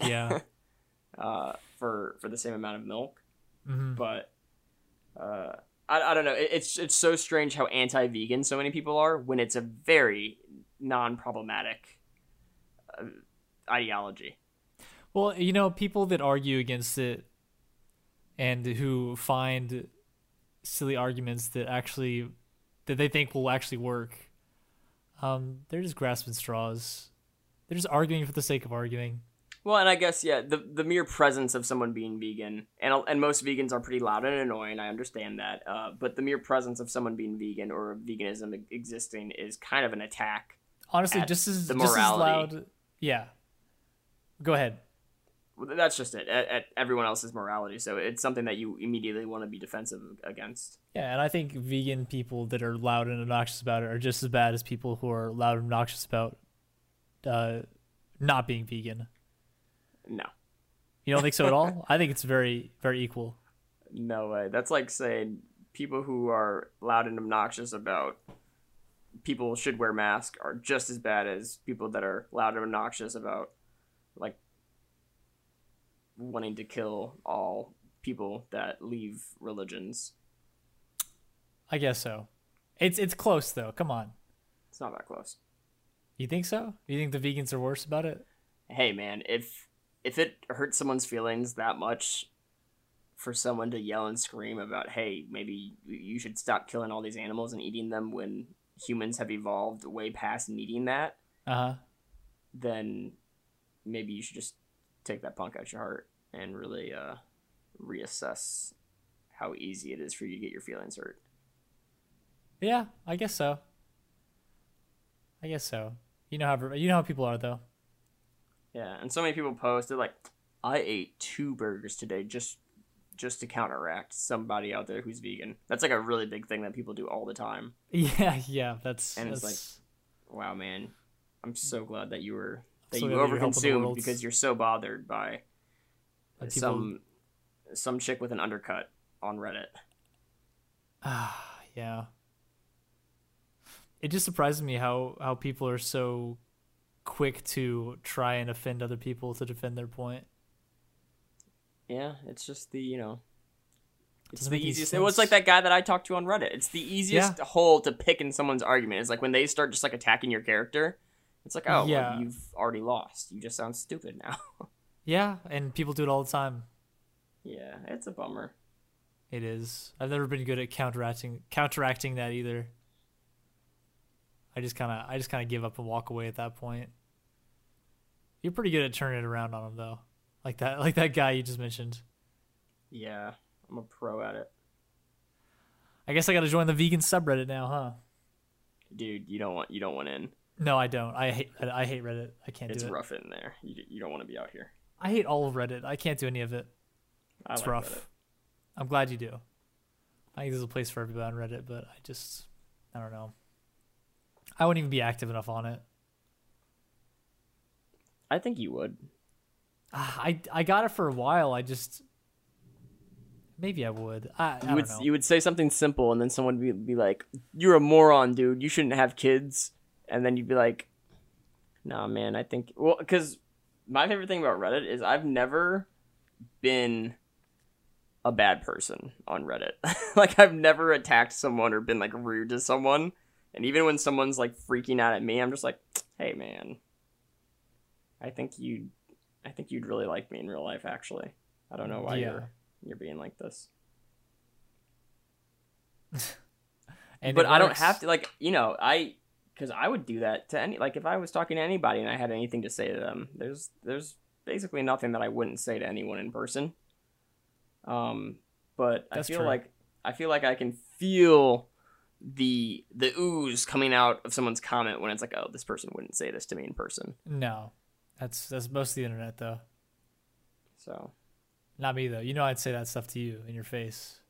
A: Yeah.
B: uh, for for the same amount of milk
A: hmm
B: but uh, I, I don't know. It, it's it's so strange how anti-vegan so many people are when it's a very non-problematic uh, ideology.
A: Well, you know, people that argue against it and who find silly arguments that actually that they think will actually work, um, they're just grasping straws. They're just arguing for the sake of arguing.
B: Well, and I guess yeah, the the mere presence of someone being vegan, and and most vegans are pretty loud and annoying. I understand that, uh, but the mere presence of someone being vegan or veganism e- existing is kind of an attack.
A: Honestly,
B: At
A: just as
B: the
A: just as
B: morality.
A: loud. Yeah. Go ahead.
B: Well, That's just it at, at everyone else's morality. So it's something that you immediately want to be defensive against.
A: Yeah, and I think vegan people that are loud and obnoxious about it are just as bad as people who are loud and obnoxious about uh, not being vegan.
B: No.
A: You don't think so at all? I think it's very, very equal.
B: No way. That's like saying people who are loud and obnoxious about people should wear masks are just as bad as people that are loud and obnoxious about like wanting to kill all people that leave religions.
A: I I guess so. It's it's close though. Come on.
B: It's not that close.
A: You think so? You think the vegans are worse about it?
B: Hey man, if if it hurts someone's feelings that much for someone to yell and scream about, hey, maybe you should stop killing all these animals and eating them when humans have evolved way past needing that,
A: Uh huh.
B: then maybe you should just take that punk out your heart and really uh, reassess how easy it is for you to get your feelings hurt.
A: Yeah, I guess so. I guess so. You know how you know how people are though.
B: Yeah, and so many people post they're like, "I ate two burgers today just just to counteract somebody out there who's vegan." That's like a really big thing that people do all the time.
A: Yeah, yeah. That's
B: And it's
A: that's-
B: Wow, man, I'm so glad that you were that
A: So
B: you
A: glad that you're helping the
B: overconsumed
A: world.
B: because you're so bothered by
A: that people-
B: some some chick with an undercut on Reddit.
A: Ah, yeah. It just surprises me how how people are so quick to try and offend other people to defend their point.
B: Yeah, it's just the you know. It's
A: Doesn't
B: the
A: make any
B: easiest. It was like
A: sense.
B: that guy that I talked to on Reddit. It's the easiest hole to pick in someone's argument. It's like when they start just like attacking your character. It's like, oh, well,
A: Yeah.
B: you've already lost. You just sound stupid now.
A: Yeah, and people do it all the time.
B: yeah, it's a bummer.
A: It is. I've never been good at counteracting counteracting that either. I just kind of I just kind of give up and walk away at that point. You're pretty good at turning it around on him though. Like that like that guy you just mentioned.
B: Yeah, I'm a pro at it,
A: I guess I got to join the vegan subreddit now, huh?
B: dude. You don't want you don't want in.
A: No, I don't. I hate Reddit. I hate Reddit. I can't
B: It's
A: do it.
B: rough in there. You, you don't want to be out here.
A: I hate all of Reddit. I can't do any of it.
B: I
A: It's
B: like
A: rough.
B: Reddit.
A: I'm glad you do. I think there's a place for everybody on Reddit, but I just I don't know. I wouldn't even be active enough on it.
B: I think you would.
A: Ah, I I got it for a while. I just maybe I would. I, I
B: You
A: don't
B: would
A: know.
B: you would say something simple, and then someone would be, be like, "You're a moron, dude. You shouldn't have kids." And then you'd be like, "Nah, man. I think well, because my favorite thing about Reddit is I've never been a bad person on Reddit. like I've never attacked someone or been like rude to someone. And even when someone's like freaking out at me, I'm just like, "Hey, man. I think you, I think you'd really like me in real life. Actually, I don't know why
A: Yeah.
B: you're you're being like this."
A: And
B: but
A: it
B: I don't
A: works.
B: have to like you know I because I would do that to any like if I was talking to anybody and I had anything to say to them. There's there's basically nothing that I wouldn't say to anyone in person. Um, but
A: That's
B: I feel
A: true.
B: like I feel like I can feel the the ooze coming out of someone's comment when it's like oh this person wouldn't say this to me in person.
A: No, that's that's most of the internet though.
B: So
A: Not me though. You know I'd say that stuff to you in your face.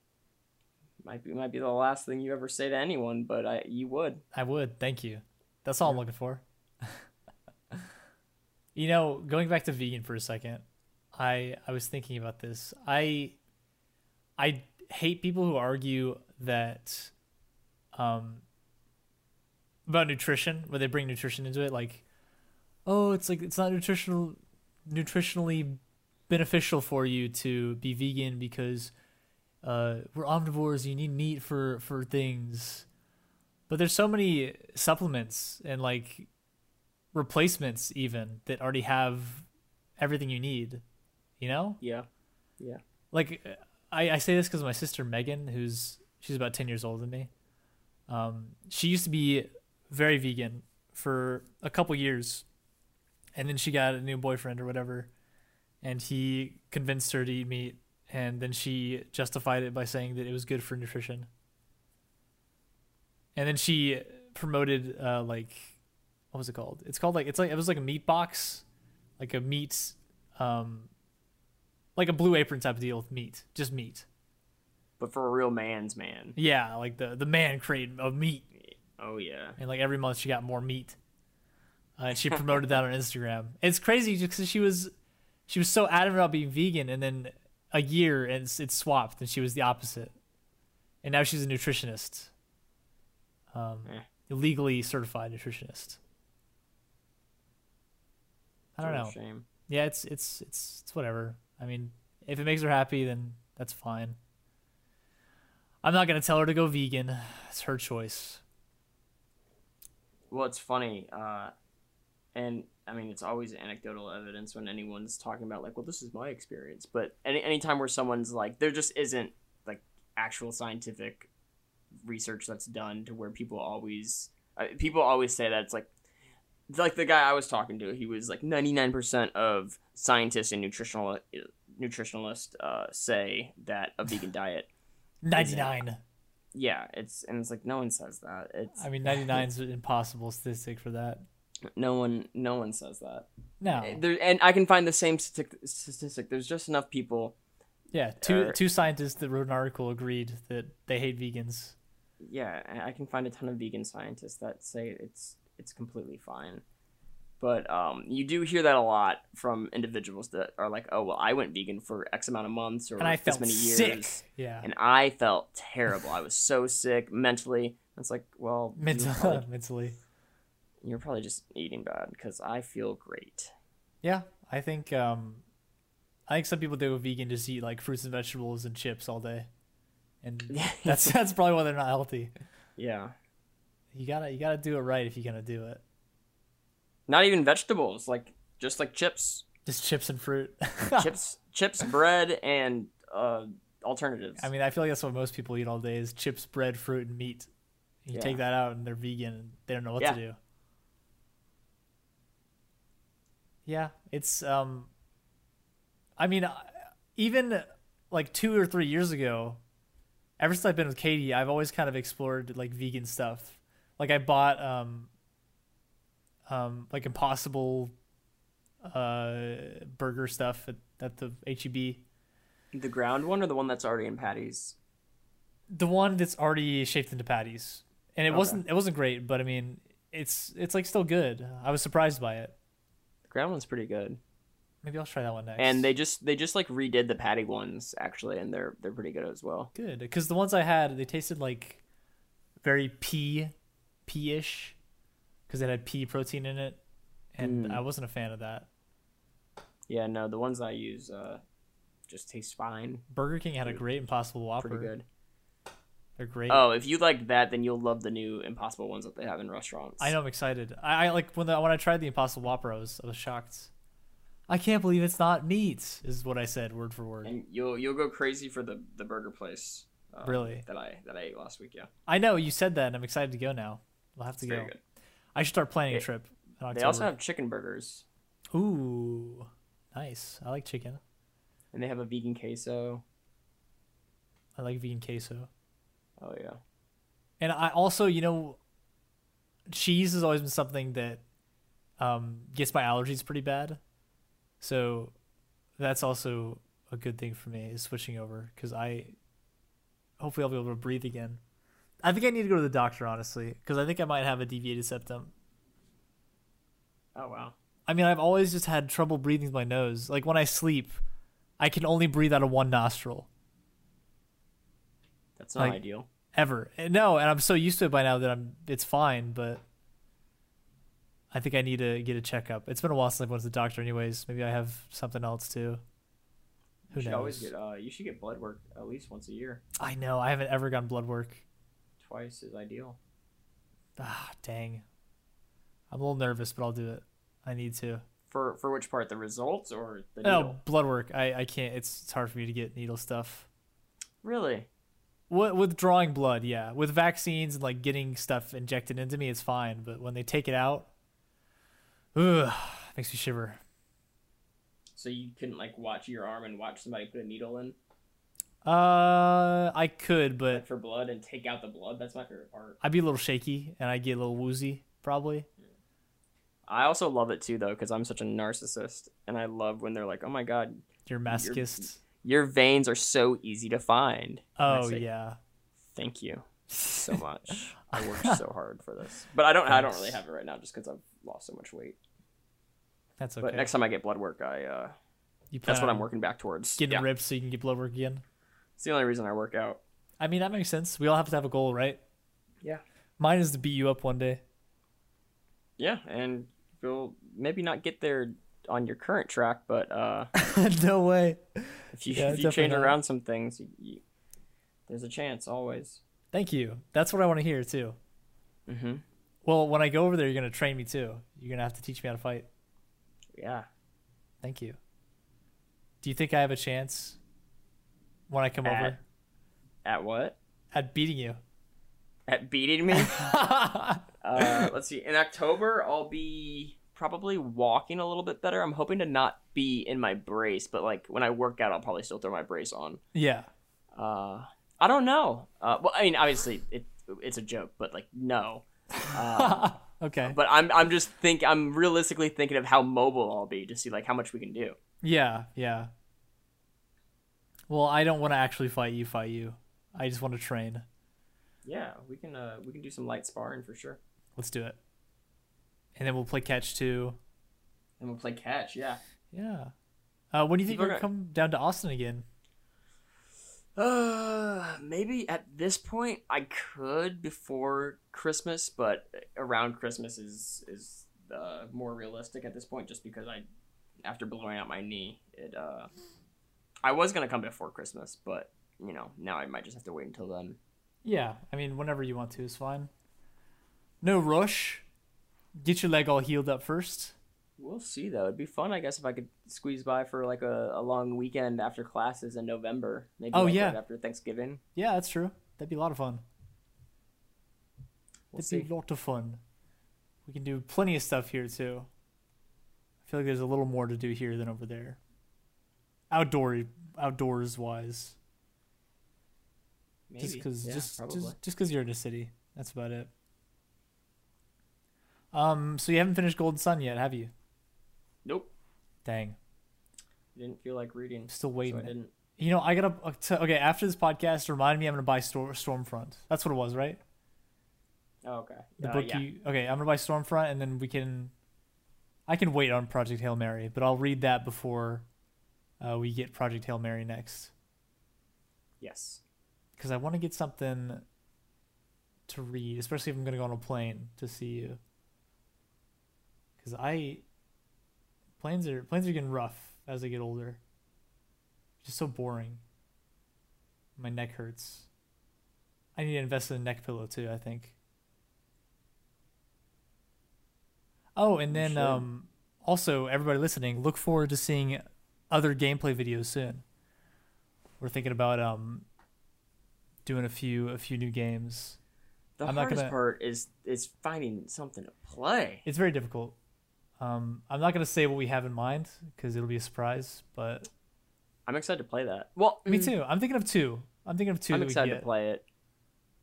B: might be might be the last thing you ever say to anyone, but I you would.
A: I would. Thank you. That's all I'm looking for. you know, going back to vegan for a second, I I was thinking about this. I I hate people who argue that um about nutrition, where they bring nutrition into it like oh, it's like it's not nutritional nutritionally beneficial for you to be vegan because uh, we're omnivores, you need meat for for things but there's so many supplements and like replacements even that already have everything you need you know
B: Yeah.
A: like i, I say this because my sister megan who's she's about 10 years older than me um, she used to be very vegan for a couple years and then she got a new boyfriend or whatever and he convinced her to eat meat and then she justified it by saying that it was good for nutrition and then she promoted uh, like what was it called it's called like it's like it was like a meat box like a meat um like a blue apron type of deal with meat just meat
B: But for a real man's man.
A: yeah like the the man crate of meat
B: Oh yeah.
A: and like every month she got more meat uh, and she promoted that on instagram it's crazy because she was she was so adamant about being vegan and then a year and it's, it's swapped and she was the opposite and now she's a nutritionist um,
B: Eh.
A: legally certified nutritionist i don't know
B: It's a Shame.
A: yeah it's it's it's it's whatever i mean if it makes her happy then that's fine I'm not gonna tell her to go vegan. It's her choice.
B: Well, it's funny, uh, and I mean, it's always anecdotal evidence when anyone's talking about like, well, this is my experience. But any anytime where someone's like, there just isn't like actual scientific research that's done to where people always uh, people always say that it's like like the guy I was talking to, he was like 99% of scientists and nutritional uh, nutritionalists uh, say that a vegan diet.
A: Ninety nine.
B: Yeah, it's and it's like no one says that. It's
A: I mean, ninety nine is an impossible statistic for that.
B: no one no one says that.
A: No.
B: There and I can find the same static- statistic. There's just enough people.
A: Yeah, two
B: er-
A: two scientists that wrote an article agreed that they hate vegans.
B: Yeah, and I can find a ton of vegan scientists that say it's it's completely fine. But um, you do hear that a lot from individuals that are like, "Oh, well, I went vegan for X amount of months or
A: And I
B: this
A: felt
B: many years."
A: sick. Yeah.
B: and I felt terrible. I was so sick mentally. It's like, well, you were
A: Mental,
B: probably-
A: mentally.
B: you're probably just eating bad because I feel great.
A: Yeah, I think um, I think some people that go vegan just eat like fruits and vegetables and chips all day, and that's that's probably why they're not healthy.
B: Yeah,
A: You gotta you gotta do it right if you're gonna do it.
B: not even vegetables, like just like chips,
A: Just chips and fruit.
B: chips, chips, bread, and uh, alternatives.
A: I mean, I feel like that's what most people eat all day is chips, bread, fruit, and meat. You
B: Yeah.
A: take that out, and they're vegan. and They don't know what
B: Yeah.
A: to do. Yeah, it's um. I mean, I- even like two or three years ago, ever since I've been with Katie, I've always kind of explored like vegan stuff. Like I bought um. Um, like impossible, uh, burger stuff at, at the E HEB.
B: the ground one or the one that's already in patties.
A: the one that's already shaped into patties and it
B: Okay.
A: wasn't it wasn't great but i mean it's it's like still good i was surprised by it
B: The ground one's pretty good,
A: maybe i'll try that one next
B: and they just they just like redid the patty ones actually, and they're they're pretty good as well.
A: good because the ones i had they tasted like very pea pea-ish because it had pea protein in it and
B: Mm.
A: i wasn't a fan of that
B: Yeah, no, the ones I use uh, just taste fine,
A: burger king had a great impossible whopper
B: pretty good.
A: they're great
B: Oh, if you liked that, then you'll love the new Impossible ones that they have in restaurants.
A: i know i'm excited i, I like when the, when i tried the impossible whopper i was i was shocked i can't believe it's not meat is what i said word for word
B: And you'll you'll go crazy for the the burger place. uh,
A: Really?
B: That I that I ate last week. Yeah,
A: I know you said that, and I'm excited to go now. We'll have to
B: it's
A: go.
B: very good.
A: I should start planning a
B: They-
A: trip. In October.
B: They also have chicken burgers,
A: ooh, nice. I like chicken.
B: and they have a vegan queso.
A: I like vegan queso,
B: Oh yeah,
A: and I also, you know, cheese has always been something that um, gets my allergies pretty bad. So that's also a good thing for me is switching over because I hopefully I'll be able to breathe again. I think I need to go to the doctor honestly because I think I might have a deviated septum.
B: oh wow.
A: I mean, I've always just had trouble breathing with my nose. Like when I sleep, I can only breathe out of one nostril
B: That's not
A: Like-
B: ideal.
A: ever. And no, and I'm so used to it by now that I'm it's fine, but I think I need to get a checkup. It's been a while since I went to the doctor anyways. Maybe I have something else too.
B: You
A: Who
B: should always
A: knows?
B: get uh, you should get blood work at least once a year.
A: I know. I haven't ever gotten blood work.
B: Twice is ideal.
A: Ah, dang. I'm a little nervous, but I'll do it. I need to.
B: For for which part? The results or the needle?
A: No, blood work. I, I can't. It's, it's hard for me to get needle stuff.
B: Really?
A: With withdrawing blood, yeah. With vaccines and like getting stuff injected into me, it's fine. But when they take it out, ugh, makes me shiver.
B: So you couldn't like watch your arm and watch somebody put a needle in
A: Uh, I could,
B: like,
A: but
B: for blood and take out the blood. That's my favorite part.
A: I'd be a little shaky and I'd get a little woozy probably.
B: I also love it too, though, because I'm such a narcissist, and I love when they're like, "Oh my god,
A: You're masochist.
B: your veins are so easy to find." And I
A: oh
B: say,
A: yeah.
B: Thank you so much. I worked so hard for this, but I don't. I don't really
A: Thanks.
B: have it right now, just because I've lost so much weight.
A: That's okay.
B: But next time I get blood work, I uh,
A: you
B: that's
A: plan
B: what
A: on
B: I'm working back towards.
A: Um, Getting
B: Yeah.
A: ripped so you can get blood work again.
B: It's the only reason I work out.
A: I mean that makes sense. We all have to have a goal, right?
B: Yeah.
A: Mine is to beat you up one day.
B: Yeah, and you'll maybe not get there on your current track, but uh,
A: no way.
B: if you
A: Yeah,
B: if you change
A: definitely not.
B: around some things, you, you, There's a chance always.
A: Thank you. That's what I want to hear too.
B: Mm-hmm.
A: Well, when I go over there, you're gonna train me too. You're gonna have to teach me how to fight.
B: Yeah.
A: Thank you. Do you think I have a chance when I come
B: At-
A: over
B: At what?
A: at beating you?
B: At beating me? uh, let's see. In October, I'll be probably walking a little bit better. I'm hoping to not be in my brace, but like when I work out, I'll probably still throw my brace on.
A: yeah.
B: Uh, I don't know. Uh, well, I mean, obviously it it's a joke, but like no. Uh,
A: okay.
B: but I'm I'm just think I'm realistically thinking of how mobile I'll be to see like how much we can do.
A: yeah. Yeah. Well, I don't want to actually fight you. Fight you. I just want to train.
B: Yeah, we can uh, we can do some light sparring for sure,
A: Let's do it. And then we'll play catch too.
B: and we'll play catch. Yeah.
A: Yeah. Uh, when do you think
B: People
A: you're gonna
B: are
A: come down to Austin again?
B: Uh, maybe at this point I could before Christmas, but around Christmas is is uh, more realistic at this point, just because I, after blowing out my knee, it uh, I was gonna come before Christmas, but you know now I might just have to wait until then.
A: Yeah, I mean, whenever you want to is fine. No rush. Get your leg all healed up first.
B: We'll see though. It'd be fun, I guess, if I could squeeze by for like a, a long weekend after classes in November, maybe
A: Oh,
B: like,
A: yeah.
B: right after Thanksgiving.
A: Yeah, that's true. That'd be a lot of fun.
B: We'll
A: That'd
B: see.
A: be a lot of fun. We can do plenty of stuff here too. I feel like there's a little more to do here than over there. Outdoor, outdoors wise,
B: Maybe.
A: just because
B: yeah,
A: just
B: probably.
A: just just because you're in a city. That's about it. Um, so you haven't finished Golden Sun yet, have you?
B: Nope.
A: Dang,
B: Didn't feel like reading.
A: I'm still
B: So I
A: waiting.
B: didn't.
A: You know, I gotta t- okay. After this podcast, remind me I'm gonna buy Stor- Stormfront. That's what it was, right?
B: Oh, okay.
A: The
B: Uh,
A: book
B: yeah.
A: you okay? I'm gonna buy Stormfront, and then we can. I can wait on Project Hail Mary, but I'll read that before uh, we get Project Hail Mary next,
B: Yes.
A: because I want to get something to read, especially if I'm gonna go on a plane to see you. Because I planes are planes are getting rough as I get older. Just so boring. My neck hurts. I need to invest in a neck pillow too, I think. Oh, and
B: You
A: then
B: should.
A: um also everybody listening, look forward to seeing other gameplay videos soon. We're thinking about um doing a few a few new games.
B: The
A: I'm not
B: hardest
A: gonna-
B: part is is finding something to play.
A: It's very difficult. Um I'm not going to say what we have in mind cuz it'll be a surprise, but
B: I'm excited to play that. Well,
A: me
B: mm,
A: too. I'm thinking of two. I'm thinking of 2
B: I'm
A: that we
B: excited
A: get.
B: to play it.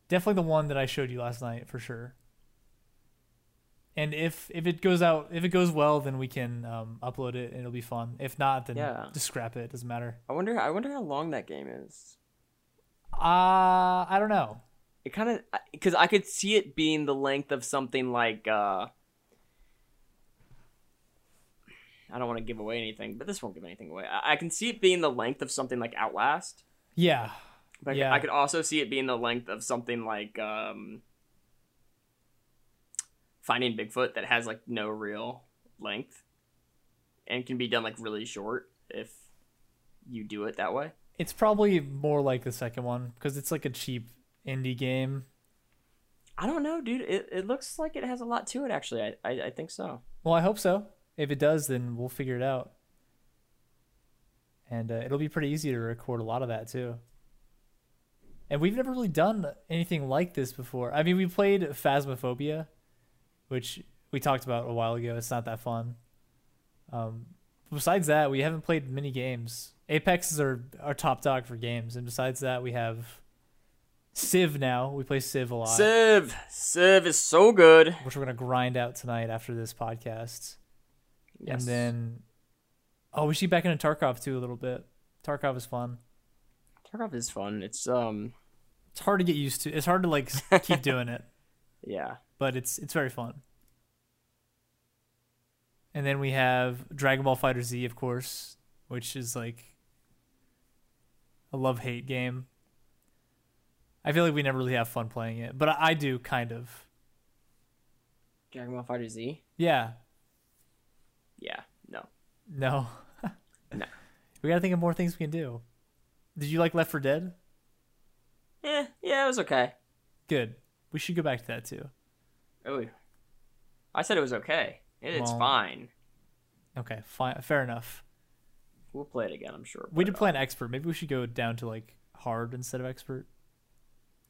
A: definitely the one that I showed you last night for sure. And if if it goes out if it goes well, then we can um, upload it and it'll be fun. If not, then
B: Yeah.
A: just scrap it. Doesn't matter.
B: I wonder. I wonder how long that game is.
A: Uh I don't know.
B: It kind of because I could see it being the length of something like. uh I don't want to give away anything, but this won't give anything away. I, I can see it being the length of something like Outlast,
A: Yeah,
B: but
A: Yeah.
B: I could also see it being the length of something like um, Finding Bigfoot that has like no real length, and can be done like really short if you do it that way.
A: it's probably more like the second one because it's like a cheap indie game.
B: I don't know, dude. It, it looks like it has a lot to it. Actually, I I, I think so.
A: Well, I hope so. If it does, then we'll figure it out. And uh, it'll be pretty easy to record a lot of that too. And we've never really done anything like this before. I mean, we played Phasmophobia, which we talked about a while ago. It's not that fun. Um, besides that, we haven't played many games. Apex is our, our top dog for games. And besides that, we have Civ now. We play Civ a lot
B: Civ, Civ is so good.
A: which we're gonna grind out tonight after this podcast. And
B: Yes.
A: then, oh, we should get back into Tarkov too a little bit. Tarkov is fun.
B: Tarkov is fun. It's um,
A: It's hard to get used to. It's hard to like keep doing it,
B: yeah,
A: but it's it's very fun. And then we have Dragon Ball Fighter Z, of course, which is like a love hate game. I feel like we never really have fun playing it, but I, I do kind of.
B: Dragon Ball Fighter Z.
A: Yeah,
B: Yeah, no.
A: No.
B: No.
A: We gotta think of more things we can do. Did you like Left for Dead?
B: Yeah, Eh, yeah, it was okay.
A: Good. We should go back to that too.
B: Oh, I said it was okay. It's
A: Well-
B: fine.
A: Okay, fine, fair enough.
B: We'll play it again. I'm sure.
A: We
B: but,
A: did
B: uh,
A: play an expert. Maybe we should go down to like hard instead of expert.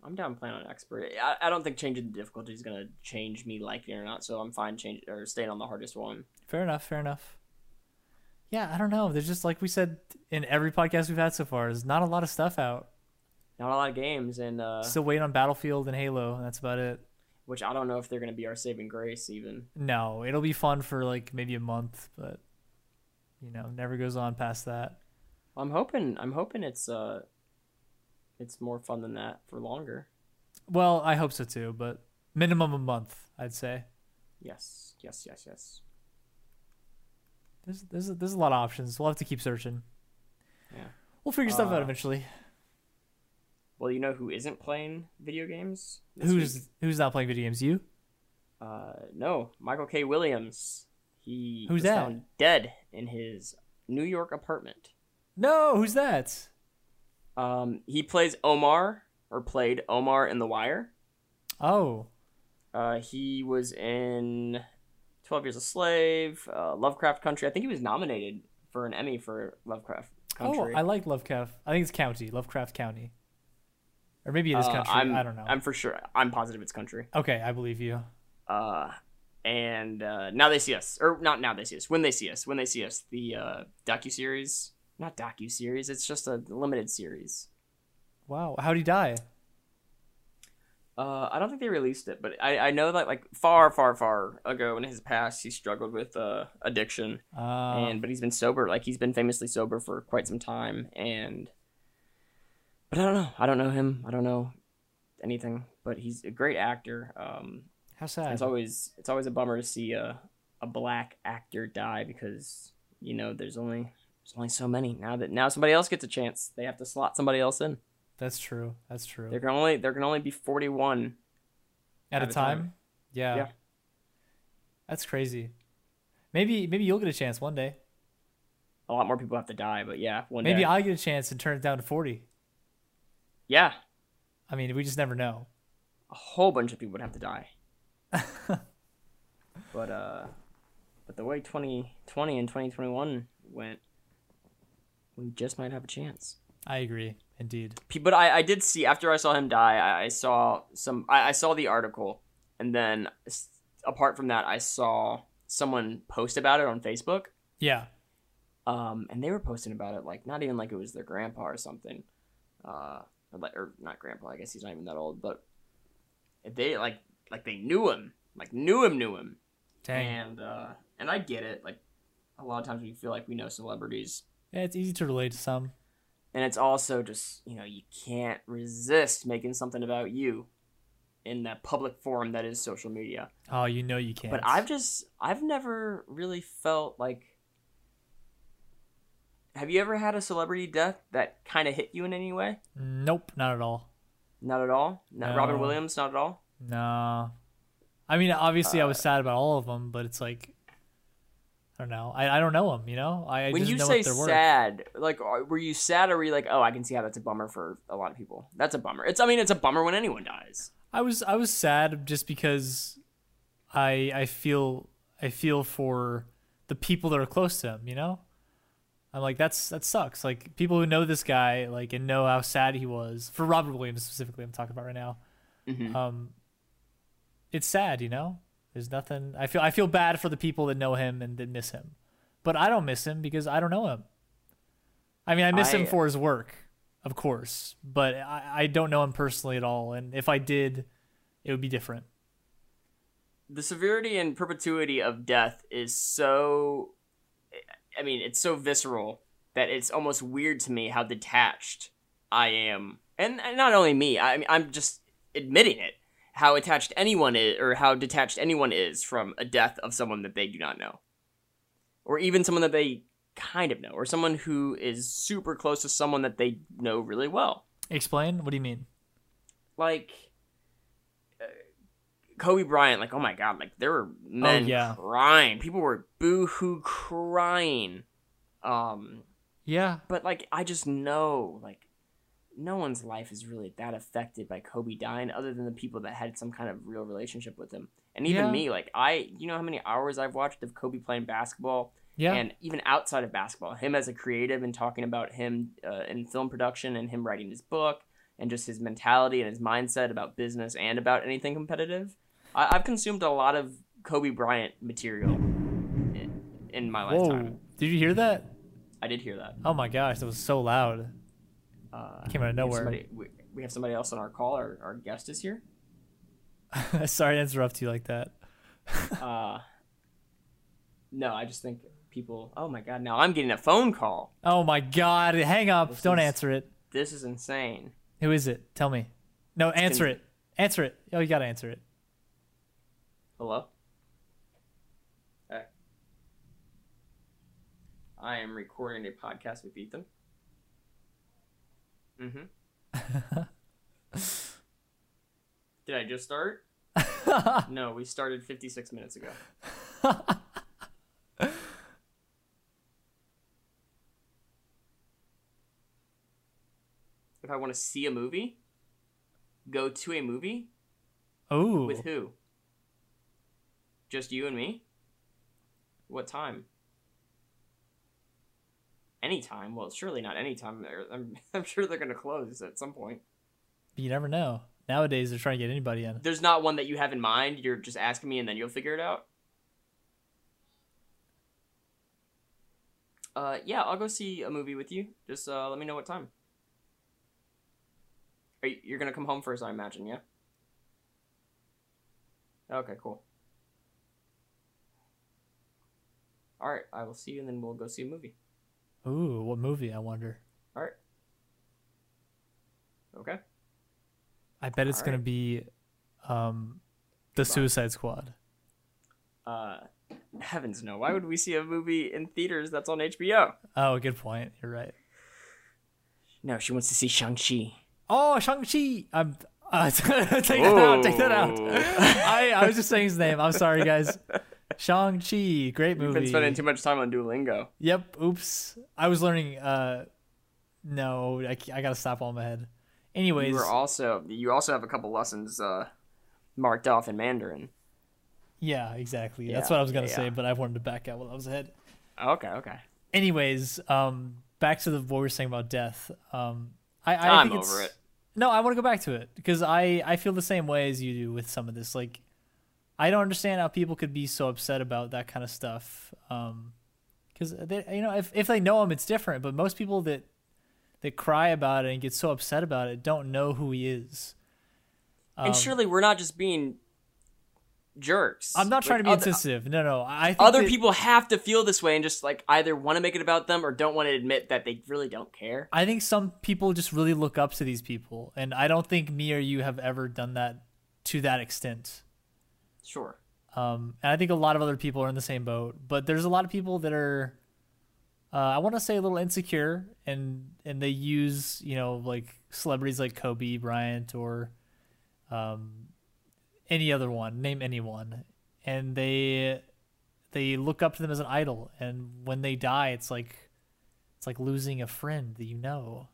B: I'm down playing on expert. I, I don't think changing the difficulty is gonna change me liking it or not. So I'm fine changing or staying on the hardest one.
A: Fair enough. Fair enough. Yeah, I don't know. There's just like we said in every podcast we've had so far, there's not a lot of stuff out.
B: Not a lot of games, and uh,
A: Still waiting on Battlefield and Halo, and that's about it.
B: which I don't know if they're gonna be our saving grace even.
A: No, it'll be fun for like maybe a month, but you know, never goes on past that.
B: I'm hoping. I'm hoping it's uh, it's more fun than that for longer.
A: Well, I hope so too, but minimum a month, I'd say.
B: Yes, yes, yes, yes.
A: There's there's a, there's a lot of options. We'll have to keep searching.
B: Yeah.
A: We'll figure stuff out
B: Uh,
A: eventually.
B: Well, you know who isn't playing video games? this
A: Who's
B: week?
A: who's not playing video games? You?
B: Uh, no, Michael K. Williams. He
A: Who's
B: was
A: that?
B: found dead in his New York apartment.
A: No, who's that?
B: Um, he plays Omar or played Omar in The Wire.
A: Oh,
B: Uh, he was in Twelve Years a Slave, uh, Lovecraft Country. I think he was nominated for an Emmy for Lovecraft Country.
A: oh, I like Lovecraft. I think it's County, Lovecraft County, or maybe it is
B: Uh,
A: Country.
B: I'm,
A: I don't know.
B: I'm for sure. I'm positive it's country.
A: okay, I believe you.
B: Uh, and uh, now they see us, or not now they see us. When they see us, when they see us, the uh, docu series, not docu series. It's just a limited series.
A: Wow, how'd he die?
B: Uh, I don't think they released it, but I, I know that like far, far, far ago in his past, he struggled with uh, addiction,
A: Uh,
B: and but he's been sober. Like he's been famously sober for quite some time, and but I don't know. I don't know him. I don't know anything. But he's a great actor. Um,
A: how
B: And
A: sad.
B: it's always it's always a bummer to see a a black actor die because you know there's only there's only so many now that now somebody else gets a chance they have to slot somebody else in
A: That's true. That's true.
B: there can only there can only be 41
A: at, a time. Yeah.
B: Yeah.
A: That's crazy. Maybe maybe you'll get a chance one day.
B: a lot more people have to die but yeah one
A: Maybe
B: day
A: I get a chance and turn it down to forty.
B: yeah
A: I mean, we just never know.
B: a whole bunch of people would have to die but uh but the way 2020 and 2021 went we just might have a chance
A: I agree, indeed.
B: P- but I, I did see after I saw him die, I, I saw some. I, I saw the article, and then s- apart from that, I saw someone post about it on Facebook.
A: Yeah.
B: Um, and they were posting about it like not even like it was their grandpa or something, uh, or, like, or not grandpa. I guess he's not even that old, but they like like they knew him, like knew him, knew him,
A: Dang.
B: and uh, and I get it. Like a lot of times we feel like we know celebrities,
A: Yeah, it's easy to relate to some.
B: and it's also just you know you can't resist making something about you in that public forum that is social media
A: Oh, you know you can't.
B: but i've just i've never really felt like have you ever had a celebrity death that kind of hit you in any way
A: Nope, not at all.
B: not at all not robin
A: No.
B: williams not at all
A: No. I mean, obviously, I
B: Uh,
A: was sad about all of them, but it's like, I don't know. I, I don't know them. You know, I, I
B: when
A: just
B: you
A: know
B: say
A: what they're
B: sad like are- were you sad or were you like oh i can see how that's a bummer for a lot of people that's a bummer it's i mean it's a bummer when anyone dies
A: I was I was sad just because I I feel I feel for the people that are close to him, you know? I'm like that's that sucks. Like people who know this guy like and know how sad he was for Robert Williams specifically I'm talking about right now.
B: Mhm.
A: Um it's sad, you know? There's nothing I feel I feel bad for the people that know him and that miss him. But I don't miss him because I don't know him. I mean, I miss him
B: I-
A: for his work, of course, but I, I don't know him personally at all. And if I did, it would be different.
B: the severity and perpetuity of death is so i mean it's so visceral that it's almost weird to me how detached i am and, and not only me I, mean, i'm just admitting it how attached anyone is or how detached anyone is from a death of someone that they do not know or even someone that they kind of know or someone who is super close to someone that they know really well
A: Explain. What do you mean?
B: like uh, Kobe Bryant, like oh my god, like there were men
A: Oh, yeah.
B: crying, people were boohoo crying, um,
A: Yeah.
B: but like I just know, like no one's life is really that affected by Kobe dying other than the people that had some kind of real relationship with him. And even
A: Yeah.
B: me, like I you know how many hours I've watched of Kobe playing basketball
A: Yeah.
B: and even outside of basketball, him as a creative and talking about him uh, in film production and him writing his book and just his mentality and his mindset about business and about anything competitive. I- I've consumed a lot of Kobe Bryant material in, in my lifetime.
A: Whoa. Did you hear that?
B: I did hear that.
A: Oh my gosh, that was so loud.
B: Uh,
A: It came out of
B: we have
A: nowhere.
B: somebody- we, we have somebody else on our call. Our, our guest is here.
A: Sorry to interrupt you like that.
B: Uh, no, I just think people. Oh my god! Now I'm getting a phone call.
A: Oh my god, hang up.
B: This
A: Don't
B: is-
A: answer it.
B: This is insane.
A: Who is it? Tell me. No, answer
B: gonna-
A: it. Answer it. Oh, you gotta answer it.
B: Hello. Hey. I am recording a podcast with Ethan. Mm-hmm. Did I just start? no, we started 56 minutes ago. if I want to see a movie, go to a movie
A: Oh,
B: with who? Just you and me? What time? Anytime? Well, surely not anytime. They're- I'm, I'm sure they're going to close at some point.
A: you never know. Nowadays, they're trying to get anybody in.
B: There's not one that you have in mind. You're just asking me and then you'll figure it out. Uh, yeah, I'll go see a movie with you. Just uh, let me know what time. Are you, you're gonna come home first, I imagine, yeah? Okay, cool. All right, I will see you, and then we'll go see a movie.
A: Ooh, what movie? I wonder.
B: All right. Okay.
A: I bet it's
B: All
A: gonna be, um, the Suicide Squad.
B: Uh, heavens no! Why would we see a movie in theaters that's on HBO?
A: Oh, good point. You're right.
B: No, she wants to see Shang Chi.
A: Oh, Shang Chi. I'm. Uh, take that out. Take that out.
B: Whoa.
A: I, I was just saying his name. I'm sorry, guys. Shang Chi, great movie.
B: We've been spending too much time on Duolingo.
A: Yep. Oops. I was learning. Uh, no, I, ca- I gotta stop all my head. Anyways,
B: You are also you also have a couple lessons uh, marked off in Mandarin.
A: yeah, exactly. That's
B: Yeah,
A: what I was gonna
B: yeah,
A: say,
B: yeah.
A: but I wanted to back out while I was ahead.
B: Okay, okay.
A: Anyways, um, back to the what we were saying about death. Um, I, I
B: I'm
A: think it's-
B: over it.
A: No, I want to go back to it because I I feel the same way as you do with some of this. Like, I don't understand how people could be so upset about that kind of stuff. Um, because they you know if if they know him, it's different. But most people that that cry about it and get so upset about it don't know who he is. Um,
B: and surely we're not just being jerks.
A: I'm not
B: Like,
A: trying to be
B: other,
A: insensitive. No, no. I think
B: Other
A: that-
B: people have to feel this way and just like either want to make it about them or don't want to admit that they really don't care.
A: I think some people just really look up to these people, and I don't think me or you have ever done that to that extent.
B: Sure.
A: Um, and I think a lot of other people are in the same boat, but there's a lot of people that are, uh, I want to say, a little insecure, and and they use you know like celebrities like Kobe Bryant or, um, any other one, name anyone, and they they look up to them as an idol, and when they die, it's like it's like losing a friend that you know.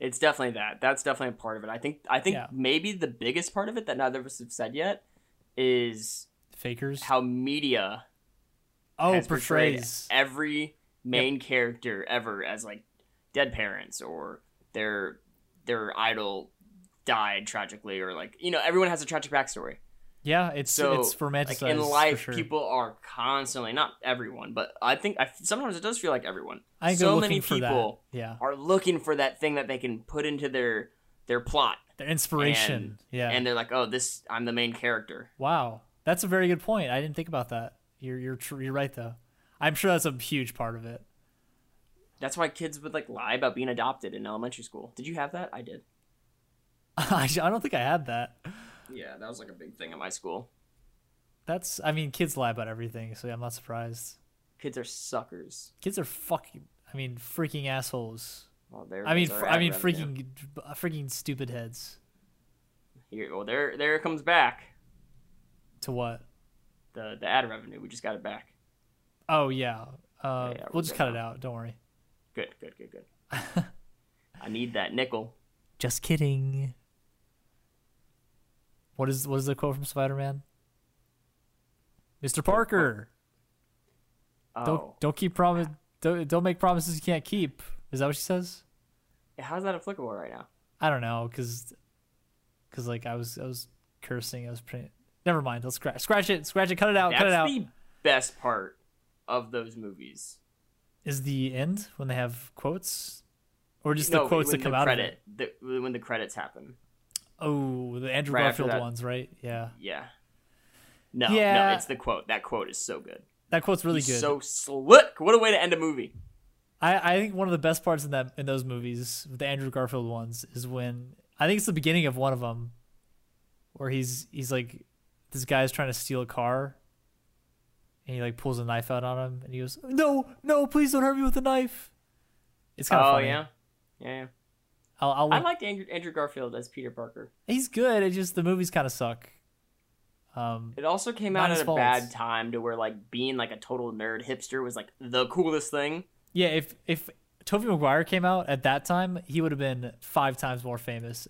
B: It's definitely that. That's definitely a part of it. I think I think
A: Yeah.
B: maybe the biggest part of it that neither of us have said yet is
A: fakers.
B: how media
A: oh,
B: has portrayed
A: portrays.
B: every main character ever as like dead parents or their their idol died tragically or like you know everyone has a tragic backstory.
A: Yeah, it's
B: So
A: it's
B: Like
A: romanticized
B: in
A: for
B: life,
A: sure.
B: people are constantly not everyone, but I think I sometimes it does feel like everyone.
A: I go
B: so
A: looking
B: many
A: for
B: people
A: that. Yeah,
B: are looking for that thing that they can put into their their plot,
A: their inspiration. yeah.
B: and they're like, oh, this I'm the main character.
A: wow, that's a very good point. I didn't think about that. You're you're tr- you're right though. I'm sure that's a huge part of it.
B: That's why kids would like lie about being adopted in elementary school. Did you have that? I did.
A: I sh- I don't think I had that.
B: Yeah, that was like a big thing at my school.
A: That's I mean, kids lie about everything, so I'm not surprised.
B: Kids are suckers.
A: Kids are fucking. I mean, freaking assholes.
B: Well, there.
A: I mean,
B: goes
A: fr-
B: our
A: I
B: ad
A: mean,
B: revenue.
A: freaking, uh, freaking stupid heads.
B: Here, well, there, there it comes back.
A: To what?
B: The the ad revenue. We just got it back.
A: Oh yeah. Uh,
B: yeah, we're
A: we'll just
B: good
A: cut it
B: now.
A: out. Don't worry.
B: Good, good, good, good. I need that nickel.
A: Just kidding. What is what is the quote from Spider Man? Mr. Parker,
B: Oh,
A: don't don't keep promise. Don't, don't make promises you can't keep. Is that what she says?
B: how's that applicable right now?
A: I don't know, cause, cause like I was I was cursing. I was pretty. Never mind. Let's scratch scratch it. Scratch it. Oh, Cut it out. cut it out.
B: That's the best part of those movies.
A: Is the end when they have quotes, or just the
B: No,
A: quotes
B: when
A: that come
B: the
A: out of it?
B: credit, The, when the credits happen.
A: Oh, the Andrew
B: Right after
A: Garfield
B: that.
A: ones, right? Yeah,
B: Yeah. No,
A: Yeah.
B: no, it's the quote. That quote is so good.
A: that quote's really
B: He's
A: good.
B: So slick. What a way to end a movie.
A: I, I think one of the best parts in that in those movies, the Andrew Garfield ones, is when I think it's the beginning of one of them, where he's he's like, this guy's trying to steal a car, and he like pulls a knife out on him, and he goes, "No, no, please don't hurt me with a knife." It's kind of
B: oh
A: funny.
B: yeah, yeah. yeah.
A: I'll, I'll
B: I
A: link-
B: liked Andrew, Andrew Garfield as Peter Parker.
A: he's good. It just the movies kind of suck. Um,
B: It also came
A: Not
B: out
A: his
B: at a
A: fault.
B: bad time to where like being like a total nerd hipster was like the coolest thing.
A: yeah, if if Tobey Maguire came out at that time, he would have been five times more famous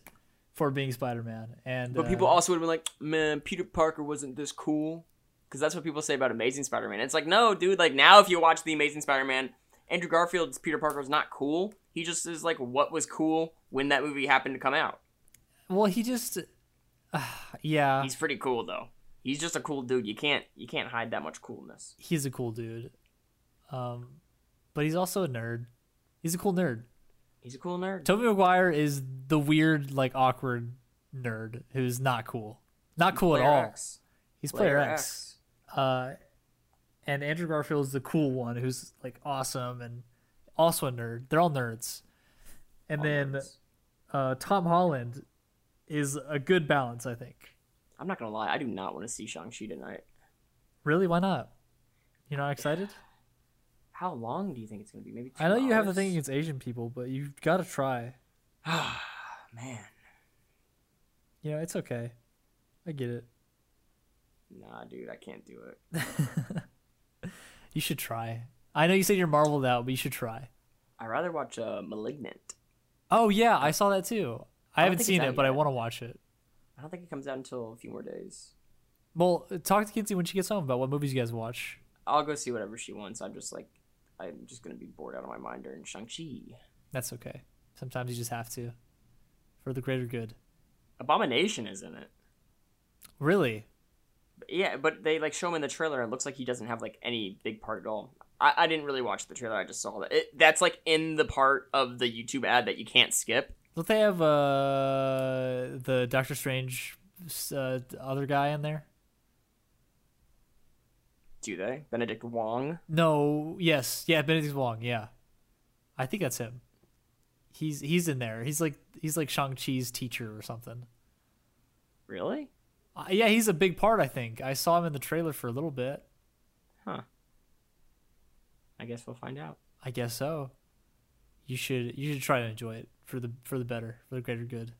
A: for being Spider Man. And
B: But
A: uh,
B: people also would have been like, "Man, Peter Parker wasn't this cool," because that's what people say about Amazing Spider-Man. It's like, no, dude. Like now, if you watch the Amazing Spider-Man, Andrew Garfield's Peter Parker was not cool. He just is like what was cool when that movie happened to come out.
A: Well, he just, uh, yeah, he's,
B: He's pretty cool though. He's just a cool dude. You can't you can't hide that much coolness.
A: a cool dude, um, but he's also a nerd. He's a cool nerd.
B: He's a cool nerd.
A: Toby Maguire is the weird, like awkward nerd who's not cool, not cool at
B: Player
A: all.
B: X.
A: He's Player, X. Uh, and Andrew Garfield's the cool one who's like awesome and also a nerd. They're all nerds. And
B: All
A: then
B: nerds.
A: Uh, Tom Holland is a good balance, I think.
B: I'm not gonna lie, I do not want to see Shang Chi tonight.
A: Really, why not? You're not excited?
B: How long do you think it's gonna be? Maybe. Two
A: I know you have the
B: hours?
A: thing against Asian people, but you've got to try.
B: Ah, Man,
A: You know, it's okay. I get it.
B: nah, dude, I can't do it.
A: You should try. I know you said you're marveled out, but you should try.
B: I'd rather watch uh, *Malignant*.
A: Oh yeah, I saw that too. I,
B: I don't
A: haven't
B: think it's
A: seen
B: out
A: it, but I
B: yet.
A: want to watch it.
B: I don't think it comes out until a few more days.
A: Well, uh, talk to Kinsey when she gets home about what movies you guys watch.
B: I'll go see whatever she wants. I'm just like, I'm just gonna be bored out of my mind during Shang Chi.
A: That's okay. Sometimes you just have to, for the greater good.
B: Abomination is in it.
A: Really?
B: But yeah, but they like show him in the trailer. and It looks like he doesn't have like any big part at all. I, I didn't really watch the trailer. I just saw that. It, that's like in the part of the YouTube ad that you can't skip.
A: Don't they have uh the Doctor Strange uh, other guy in there?
B: Do they? Benedict Wong.
A: No, yes, yeah, Benedict Wong, yeah. I think that's him. He's he's in there. He's like he's like Shang Chi's teacher or something.
B: Really?
A: Uh, yeah, he's a big part. I think I saw him in the trailer for a little bit.
B: I guess we'll find out.
A: I guess so. You should you should try to enjoy it for the for the better for the greater good.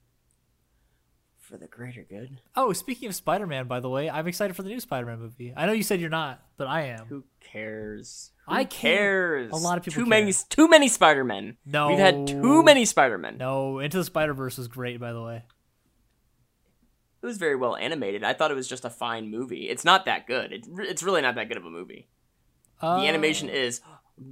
B: For the greater good.
A: Oh, speaking of Spider Man, by the way, I'm excited for the new Spider Man movie. I know you said you're not, but I am.
B: Who cares? Who
A: I care.
B: cares.
A: A lot of people
B: Too
A: care.
B: many. Too many Spider Men.
A: No.
B: We've had too many Spider Men.
A: No, Into the Spider Verse was great, by the way.
B: It was very well animated. I thought it was just a fine movie. It's not that good. It, re- it's really not that good of a movie.
A: Uh,
B: the animation is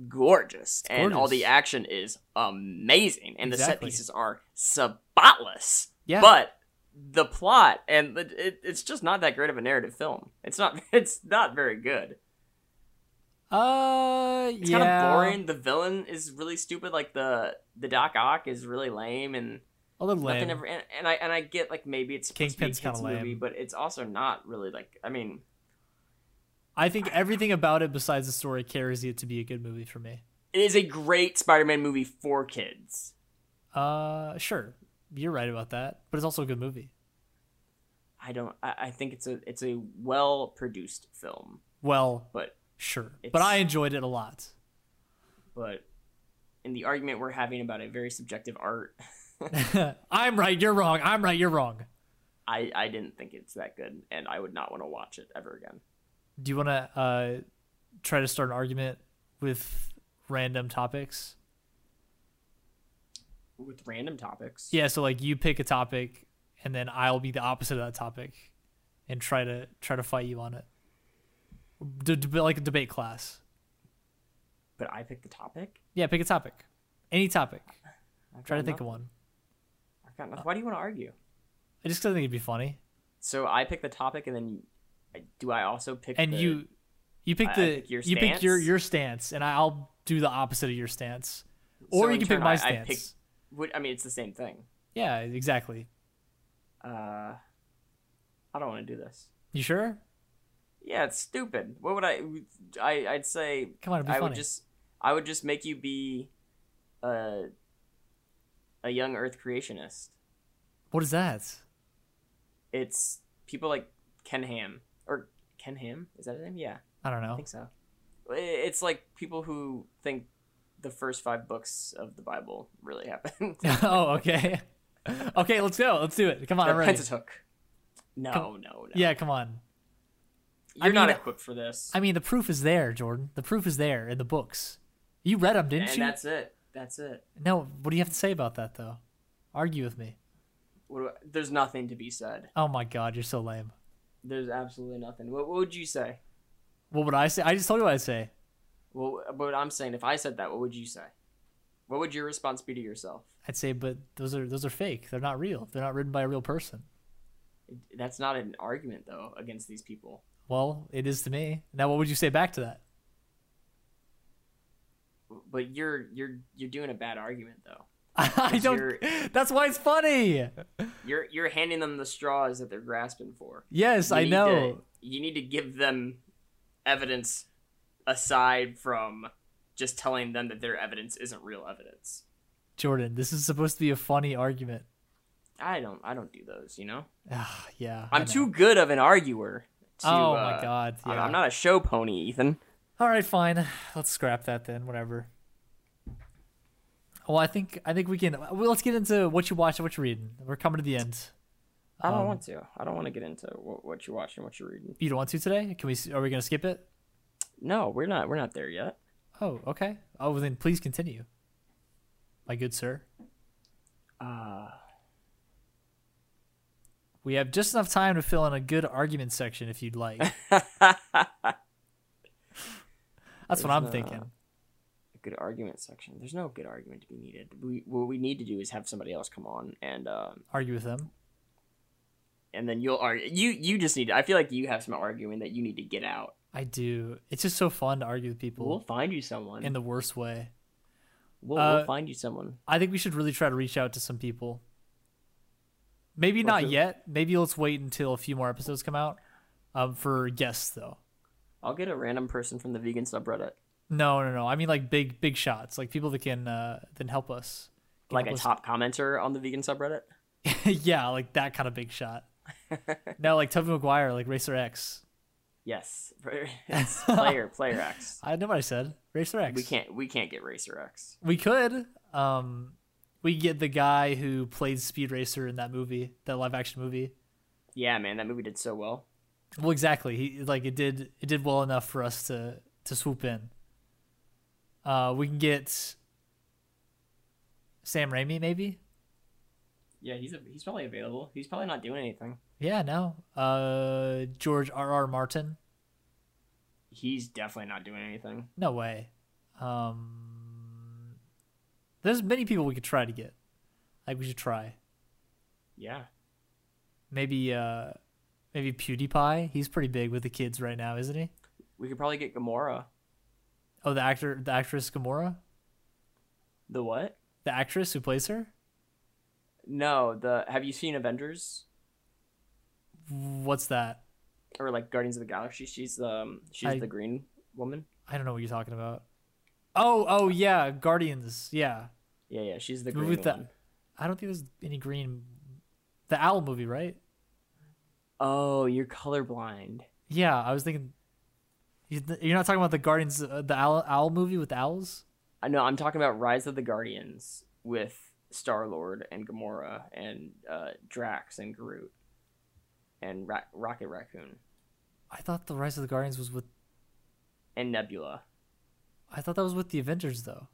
B: gorgeous, and all
A: gorgeous.
B: the action is amazing, and the set
A: Exactly.
B: pieces are spotless.
A: Yeah.
B: But the plot and it, it, it's just not that great of a narrative film. It's not. It's not very good.
A: Uh,
B: It's
A: yeah.
B: kind of boring. The villain is really stupid. Like the the Doc Ock is really lame, and
A: A little lame.
B: nothing ever. And, and I and I get like maybe it's supposed to be a
A: Kingpin's kinda
B: kids movie,
A: lame.
B: but it's also not really like. I mean.
A: I think everything about it besides the story carries it to be a good movie for me.
B: it is a great Spider-Man movie for kids.
A: Uh, sure, you're right about that, but it's also a good movie.
B: I don't. I, I think it's a it's a well produced film,
A: Well,
B: but
A: sure, but
B: It's-
A: I enjoyed it a lot.
B: but in the argument we're having about a very subjective art,
A: I'm right, you're wrong. I'm right, you're wrong.
B: I I didn't think it's that good, and I would not want to watch it ever again.
A: Do you want to uh try to start an argument with random topics?
B: with random topics.
A: Yeah, so like you pick a topic, and then I'll be the opposite of that topic, and try to try to fight you on it. D- d- like a debate class.
B: But I pick the topic.
A: Yeah, pick a topic, any topic.
B: I've
A: Try to
B: got
A: think of
B: nothing.
A: one.
B: I've got nothing. Why do you want to argue?
A: I just 'cause I think it'd be funny.
B: So I pick the topic, and then I, do I also pick?
A: And
B: the-
A: you, you pick
B: I- I
A: the
B: pick your
A: you pick your
B: stance?
A: your stance, and I'll do the opposite of your stance, or
B: So
A: you
B: in
A: can
B: turn,
A: pick my
B: I- I
A: stance.
B: pick- Would, I mean, it's the same thing.
A: Yeah, exactly.
B: Uh, I don't want to do this.
A: You sure?
B: Yeah, it's stupid. What would I? I I'd say
A: Come on, it'd be
B: I
A: funny.
B: would just I would just make you be a a young Earth creationist.
A: What is that?
B: It's people like Ken Ham or Ken Ham is that his name? Yeah,
A: I don't
B: I
A: know.
B: think so. I- It's like people who think the first five books of the Bible really happened.
A: oh, okay. okay, let's go. Let's do it. Come on,
B: The
A: I'm ready.
B: Pentateuch. No,
A: Come-
B: no, no.
A: Yeah, come on.
B: you're
A: I
B: not
A: mean-
B: equipped for this.
A: I mean, the proof is there, Jordan. The proof is there in the books. You read them, didn't
B: and
A: you?
B: that's it. That's it.
A: No. What do you have to say about that, though? Argue with me.
B: What do I, there's nothing to be said.
A: Oh my God, you're so lame.
B: There's absolutely nothing. What, what would you say?
A: What would I say? I just told you what I say.
B: Well, but I'm saying if I said that, what would you say? What would your response be to yourself?
A: I'd say, but those are those are fake. They're not real. They're not written by a real person.
B: That's not an argument though against these people.
A: Well, it is to me. Now, what would you say back to that?
B: But you're you're you're doing a bad argument though.
A: I
B: Because
A: don't.
B: you're-
A: That's why it's funny.
B: You're you're handing them the straws that they're grasping for.
A: Yes,
B: You
A: I
B: need
A: know.
B: to- you need to give them evidence aside from just telling them that their evidence isn't real evidence.
A: Jordan, this is supposed to be a funny argument.
B: I don't I don't do those, you know.
A: Ah, yeah. I
B: I'm
A: know.
B: too good of an arguer. To,
A: oh my
B: uh,
A: god.
B: I'm-
A: yeah.
B: I'm not a show pony, Ethan.
A: All right, fine. Let's scrap that then. Whatever. Well, I think I think we can. Well, let's get into what you watch and what you're reading. We're coming to the end.
B: I don't
A: Um,
B: want to. I don't want to get into what, what you're watching, what you're reading.
A: You don't want to today? Can we? s- Are we gonna skip it?
B: No, we're not. We're not there yet.
A: Oh, okay. Oh, well, then please continue, my good sir.
B: Uh,
A: We have just enough time to fill in a good argument section if you'd like. That's what
B: There's
A: I'm
B: no-
A: thinking.
B: good argument section. There's no good argument to be needed. We what we need to do is have somebody else come on and um
A: Argue with them.
B: and then you'll argue. You you just need. I feel like you have some arguing that you need to get out.
A: I do. It's just so fun to argue with people
B: We'll find you someone.
A: in the worst way.
B: we'll,
A: uh,
B: we'll find you someone.
A: I think we should really try to reach out to some people. Maybe
B: Or
A: not
B: who?
A: yet. Maybe let's wait until a few more episodes come out um, for guests, though.
B: I'll get a random person from the vegan subreddit,
A: No, no, no. I mean like big, big shots, like people that can uh, then help us. can
B: like
A: help
B: a
A: us-
B: top commenter on the vegan subreddit.
A: yeah, like that kind of big shot. no, like Toby Maguire, like Racer X.
B: Yes, It's player player X.
A: I know what I said. Racer X.
B: We can't we can't get Racer X.
A: We could. Um, we get the guy who played Speed Racer in that movie, that live action movie.
B: Yeah, man, that movie did so well.
A: Well, exactly. He like it did it did well enough for us to to swoop in. Uh, we can get Sam Raimi, maybe.
B: Yeah, he's a, he's probably available. He's probably not doing anything.
A: Yeah, no. Uh, George R. R. Martin.
B: He's definitely not doing anything.
A: No way. Um, there's many people we could try to get. Like we should try.
B: Yeah.
A: Maybe uh, maybe PewDiePie. He's pretty big with the kids right now, isn't he?
B: We could probably get Gamora.
A: Oh, the actor, the actress Gamora,
B: The what?
A: the actress who plays her.
B: No, the have you seen Avengers
A: What's that?
B: or like Guardians of the Galaxy? She's um she's
A: I-
B: the green woman.
A: I don't know what you're talking about. Oh, oh yeah, Guardians. Yeah,
B: Yeah, yeah, she's the
A: The movie
B: green
A: with the-
B: one.
A: I don't think there's any green. The Owl movie, right?
B: Oh, you're colorblind.
A: Yeah, I was thinking. you- You're not talking about the Guardians, uh, the owl, owl movie with owls.
B: I know. I'm talking about Rise of the Guardians with Star Lord and Gamora and uh, Drax and Groot and Ra- Rocket Raccoon
A: I thought the Rise of the Guardians was with.
B: and Nebula.
A: I thought that was with the Avengers though.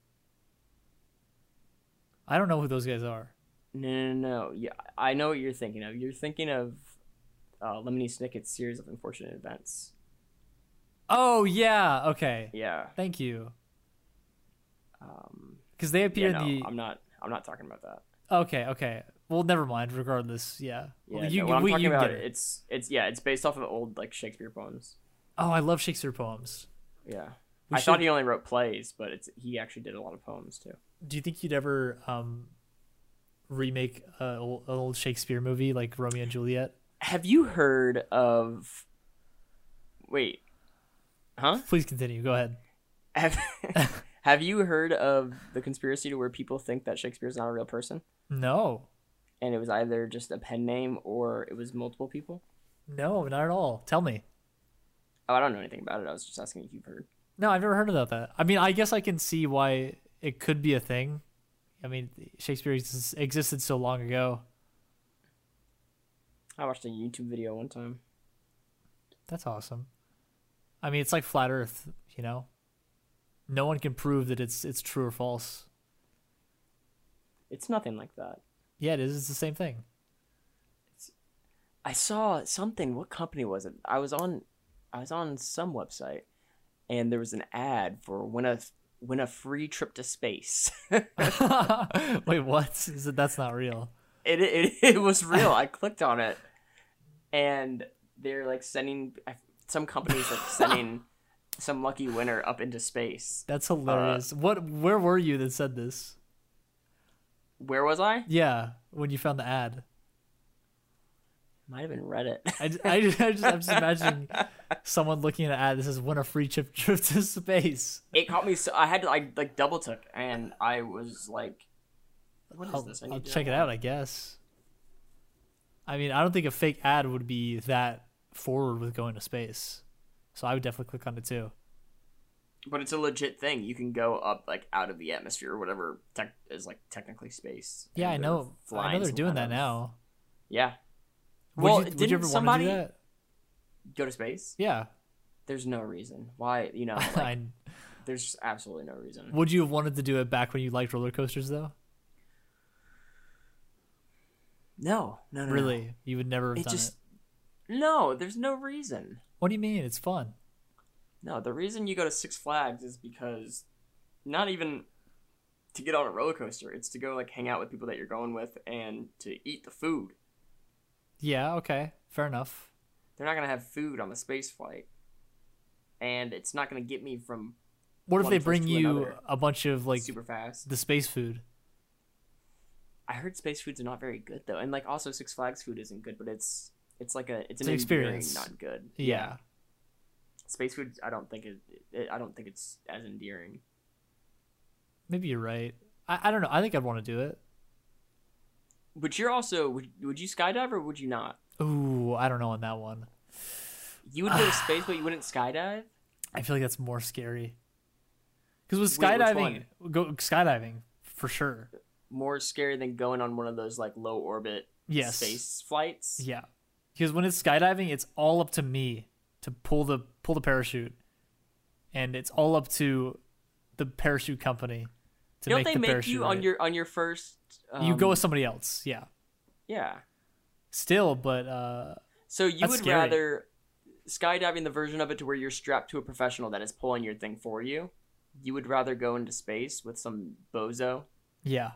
A: I don't know who those guys are.
B: No, no, no. Yeah, I know what you're thinking of. You're thinking of uh, Lemony Snicket's series of unfortunate events.
A: Oh yeah, okay.
B: Yeah.
A: Thank you.
B: Um,
A: Because they
B: yeah,
A: appear
B: no,
A: in the.
B: I'm not. I'm not talking about that.
A: Okay, okay. Well, never mind. Regardless, yeah.
B: Yeah,
A: Well, you,
B: no, what I'm
A: we-
B: talking
A: you
B: about
A: get it.
B: it's it's yeah, it's based off of old like Shakespeare poems.
A: Oh, I love Shakespeare poems.
B: Yeah.
A: We
B: I thought
A: should-
B: he only wrote plays, but it's he actually did a lot of poems too.
A: Do you think you'd ever um, remake a old, an old Shakespeare movie like Romeo and Juliet?
B: Have you heard of? Wait, huh?
A: Please continue. Go ahead.
B: Have Have you heard of the conspiracy to where people think that Shakespeare's not a real person,
A: No,
B: and it was either just a pen name or it was multiple people?
A: no, not at all. Tell me.
B: Oh, I don't know anything about it. I was just asking if you've heard.
A: No, I've never heard about that. I mean, I guess I can see why it could be a thing. I mean, Shakespeare ex- existed so long ago.
B: I watched a YouTube video one time.
A: That's awesome. I mean, it's like flat Earth, you know. No one can prove that it's it's true or false.
B: It's nothing like that.
A: Yeah, it is. It's the same thing.
B: I saw something. What company was it? I was on, I was on some website, and there was an ad for win a win a free trip to space. it,
A: Wait, what? Is it, that's not real.
B: it it was real. I clicked on it, and they're like sending I- some companies like sending some lucky winner up into space.
A: That's hilarious. what? Where were you that said this?
B: Where was I?
A: Yeah, when you found the ad.
B: Might have been Reddit.
A: I, j- I, j- I just, I'm just imagining someone looking at an ad that says win a free trip trip to space.
B: it caught me. So I had to I like double took, and I was like, "What is
A: I'll,
B: this?" I
A: I'll
B: need to-
A: check it out, I guess. I mean, I don't think a fake ad would be that forward with going to space, so I would definitely click on it too.
B: But it's a legit thing. You can go up like out of the atmosphere or whatever tech is like technically space.
A: Yeah, I
B: And they're
A: know. I know
B: flying
A: they're
B: some
A: doing
B: kind
A: that
B: of-
A: now.
B: Yeah.
A: Would
B: well,
A: you,
B: didn't
A: would you ever
B: somebody
A: want to do that?
B: go to space?
A: Yeah.
B: There's no reason why. You know, like,
A: I,
B: there's just absolutely no reason.
A: would you have wanted to do it back when you liked roller coasters, though?
B: No, no, no, no.
A: Really, you would never have
B: It
A: done
B: just
A: it.
B: no. There's no reason.
A: What do you mean? It's fun.
B: No, the reason you go to Six Flags is because not even to get on a roller coaster. It's to go like hang out with people that you're going with and to eat the food.
A: Yeah. Okay. Fair enough.
B: They're not gonna have food on the space flight, and it's not gonna get me from
A: What if
B: one
A: they
B: place
A: bring
B: to
A: you
B: another.
A: a bunch of like
B: super fast.
A: the space food?
B: I heard space food's not very good though, and like also Six Flags food isn't good, but it's it's like a it's an
A: an
B: endearing,
A: experience.
B: not good.
A: Yeah.
B: space food. I don't think it, it. I don't think it's as endearing.
A: Maybe you're right. I, I don't know. I think I'd want to do it.
B: But you're also would, would you skydive or would you not?
A: Ooh, I don't know on that one.
B: You would go to space, but you wouldn't skydive.
A: I feel like that's more scary. Because with
B: Wait, which
A: skydiving, go skydiving for sure.
B: More scary than going on one of those like low orbit
A: Yes.
B: space flights.
A: Yeah. Because when it's skydiving, it's all up to me to pull the pull the parachute, and it's all up to the parachute company to
B: Don't
A: make
B: they
A: the
B: make
A: parachute.
B: you on
A: right.
B: your on your first? Um,
A: you go with somebody else. Yeah.
B: yeah.
A: Still, but uh,
B: So you
A: That's
B: would
A: scary.
B: rather skydiving the version of it to where you're strapped to a professional that is pulling your thing for you. You would rather go into space with some bozo
A: yeah.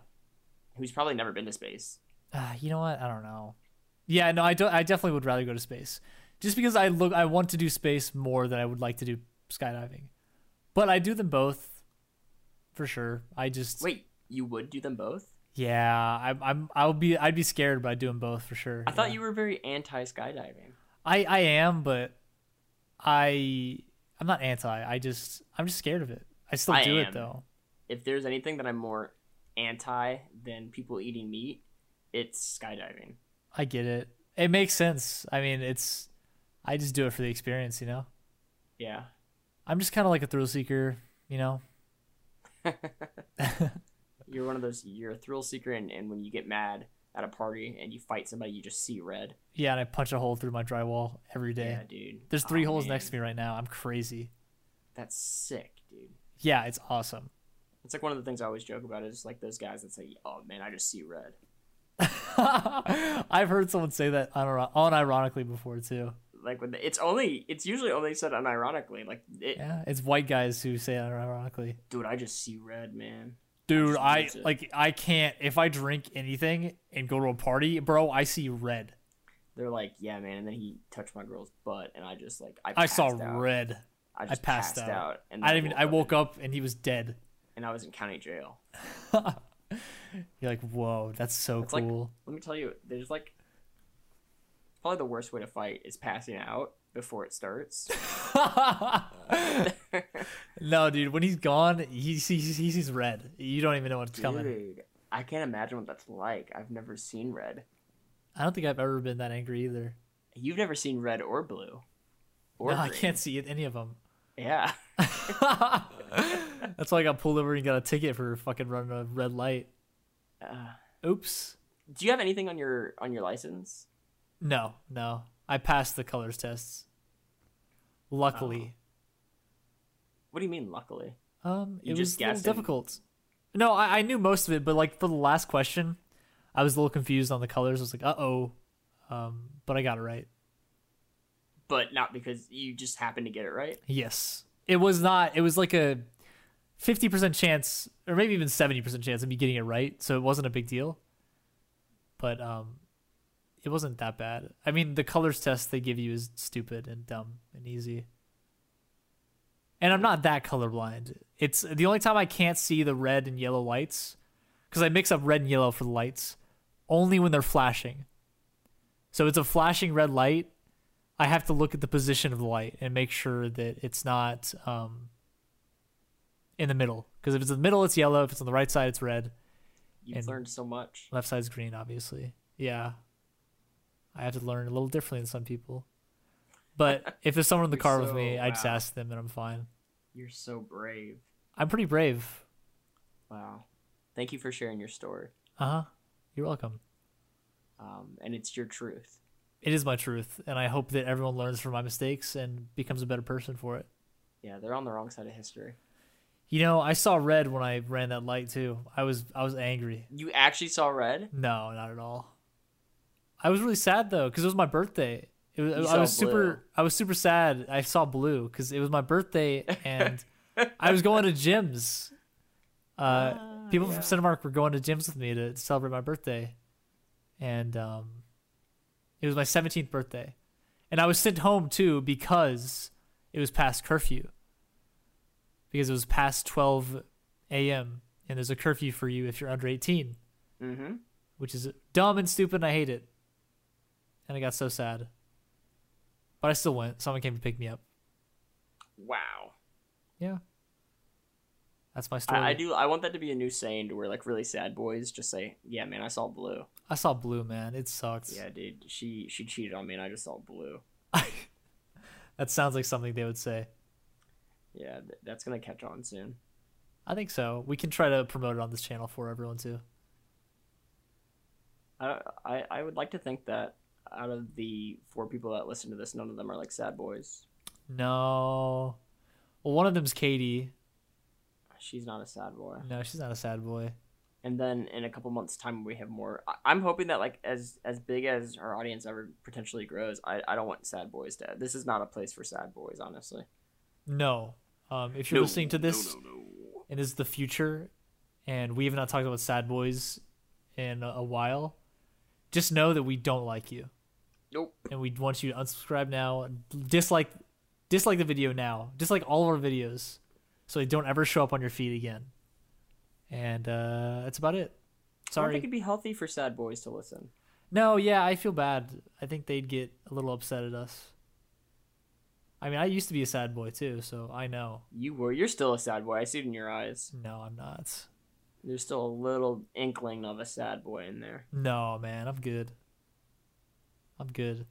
B: who's probably never been to space.
A: Uh, you know what? I don't know. Yeah, no, I don't. I definitely would rather go to space, just because I look. I want to do space more than I would like to do skydiving, but I do them both, for sure. I just
B: Wait, you would do them both?
A: yeah. I'm I'm I'll be I'd be scared, but I do them both for sure.
B: I thought you were very anti skydiving.
A: I I am, but I I'm not anti. I just I'm just scared of it. I still
B: I
A: do
B: am.
A: it though.
B: If there's anything that I'm more anti than people eating meat, it's skydiving.
A: I get it. It makes sense. I mean, it's I just do it for the experience, you know.
B: Yeah.
A: I'm just kind of like a thrill seeker, you know.
B: You're one of those, you're a thrill seeker, and, and when you get mad at a party and you fight somebody, you just see red.
A: Yeah, and I punch a hole through my drywall every day.
B: Yeah, Oh, dude.
A: There's three
B: three
A: holes next to me right now. I'm crazy.
B: That's sick, dude.
A: Yeah, it's awesome.
B: It's like one of the things I always joke about is like those guys that say, "Oh man, I just see red."
A: I've heard someone say that uniro- unironically before too.
B: Like when the, it's only it's usually only said unironically. Like, it,
A: Yeah, it's white guys who say it unironically.
B: dude, I just see red, man.
A: Dude,
B: just
A: I
B: lose it.
A: like I can't if I drink anything and go to a party, bro. I see red.
B: They're like, "Yeah, man," and then he touched my girl's butt, and I just like I,
A: I saw
B: passed out.
A: red.
B: I,
A: I
B: just
A: passed out.
B: and
A: I
B: then
A: didn't. Even, I woke up and he was dead.
B: and I was in county jail.
A: You're like, whoa, that's so
B: It's like-
A: cool.
B: Let me tell you, there's like probably the worst way to fight is passing out before it starts.
A: no, dude, when he's gone, he sees he sees red. You don't even know what's coming.
B: Dude, I can't imagine what that's like. I've never seen red.
A: I don't think I've ever been that angry either.
B: You've never seen red or blue. Or
A: no, I
B: green.
A: can't see it, any of them.
B: Yeah.
A: That's why I got pulled over and got a ticket for fucking running a red light.
B: Uh,
A: Oops.
B: do you have anything on your on your license?
A: No, no. I passed the colors tests. Luckily.
B: What do you mean? Luckily,
A: Um, it
B: Oh. You
A: was
B: just
A: a little
B: guessed it.
A: difficult. No, I, I knew most of it, but like for the last question, I was a little confused on the colors. I was like, uh oh. Um, but I got it right.
B: but not because you just happened to get it right.
A: Yes. It was not, it was like a 50% chance, or maybe even 70% chance of me getting it right. So it wasn't a big deal. But um, it wasn't that bad. I mean, the colors test they give you is stupid and dumb and easy. And I'm not that colorblind. It's the only time I can't see the red and yellow lights because I mix up red and yellow for the lights only when they're flashing. So it's a flashing red light I have to look at the position of the light and make sure that it's not um, in the middle. Because if it's in the middle, it's yellow. If it's on the right side, it's red.
B: You've
A: And-
B: learned so much.
A: Left side's green, obviously. Yeah. I have to learn a little differently than some people. But if there's someone in the
B: You're
A: car with
B: so-
A: me, I just
B: wow.
A: ask them and I'm fine.
B: You're so brave.
A: I'm pretty brave.
B: Wow. Thank you for sharing your story.
A: Uh huh. You're welcome.
B: Um, and it's your truth.
A: It is my truth, and I hope that everyone learns from my mistakes and becomes a better person for it.
B: Yeah, they're on the wrong side of history.
A: You know, I saw red when I ran that light too. I was I was angry.
B: You actually saw red.
A: No, not at all. I was really sad though because it was my birthday. It was,
B: You
A: I was
B: saw blue.
A: super. I was super sad. I saw blue because it was my birthday and I was going to gyms. Uh,
B: Ah,
A: people
B: yeah.
A: from Cinemark were going to gyms with me to, to celebrate my birthday, and um, it was my 17th birthday, and I was sent home too because it was past curfew. Because it was past 12 a.m. and there's a curfew for you if you're under 18
B: Mm-hmm.
A: which is dumb and stupid and I hate it. And I got so sad. But I still went. Someone came to pick me up.
B: Wow.
A: Yeah. That's my story.
B: I, I do. I want that to be a new saying to where like really sad boys just say, "Yeah, man, I saw blue."
A: I saw blue, man. It sucks.
B: Yeah, dude, she she cheated on me, and I just saw blue.
A: That sounds like something they would say.
B: Yeah, th- that's gonna catch on soon.
A: I think so. We can try to promote it on this channel for everyone too.
B: I I, I would like to think that out of the four people that listen to this, none of them are like sad boys.
A: No. Well, one of them's Katie.
B: She's not a sad boy.
A: No, she's not a sad boy.
B: And then in a couple months' time, we have more. I, I'm hoping that like as as big as our audience ever potentially grows, I I don't want sad boys to. This is not a place for sad boys, honestly.
A: No. Um, if you're listening to this and this is the future, and we have not talked about sad boys in a, a while, just know that we don't like you.
B: Nope.
A: and we want you to unsubscribe now, dislike dislike the video now, dislike all of our videos, so they don't ever show up on your feed again. And uh, that's about it.
B: I don't
A: Sorry.
B: think it'd be healthy for sad boys to listen.
A: no, yeah, I feel bad. I think they'd get a little upset at us. I mean, I used to be a sad boy too, so I know.
B: You were. You're still a sad boy. I see it in your eyes.
A: No, I'm not.
B: There's still a little inkling of a sad boy in there.
A: No, man, I'm good. I'm good.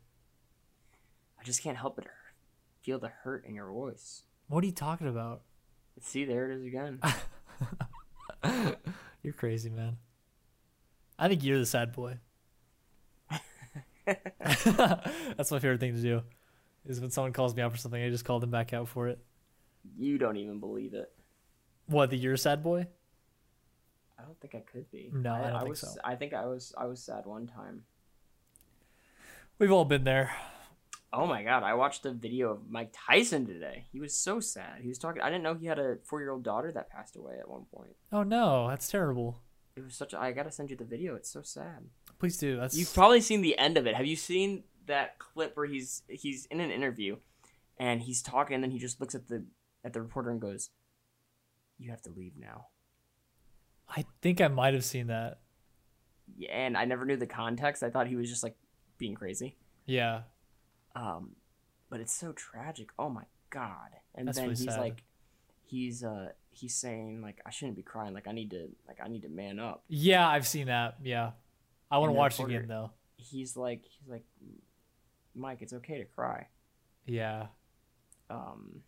B: I just can't help it. Feel the hurt in your voice.
A: What are you talking about?
B: See, there it is again.
A: You're crazy, man. I think you're the sad boy. That's my favorite thing to do. Is when someone calls me out for something, I just call them back out for it.
B: you don't even believe it.
A: What, that you're a sad boy?
B: I don't think I could be.
A: No, I don't think
B: was,
A: so.
B: I think I was. I was sad one time.
A: We've all been there.
B: Oh my god! I watched a video of Mike Tyson today. He was so sad. He was talking. I didn't know he had a four-year-old daughter that passed away at one point.
A: Oh no, that's terrible.
B: It was such. A, I gotta send you the video. It's so sad.
A: Please do. That's
B: You've probably seen the end of it. Have you seen that clip where he's he's in an interview, and he's talking, and then he just looks at the at the reporter and goes, "You have to leave now."
A: I think I might have seen that.
B: Yeah, and I never knew the context. I thought he was just like being crazy.
A: Yeah.
B: Um, but it's so tragic. Oh my god! And
A: That's
B: then
A: really
B: he's
A: sad.
B: like, he's uh, he's saying like, I shouldn't be crying. Like I need to, like I need to man up.
A: Yeah, I've seen that. Yeah. I want to
B: And the
A: watch it
B: reporter-
A: again though.
B: He's like, he's like, Mike, it's okay to cry.
A: Yeah.
B: Um,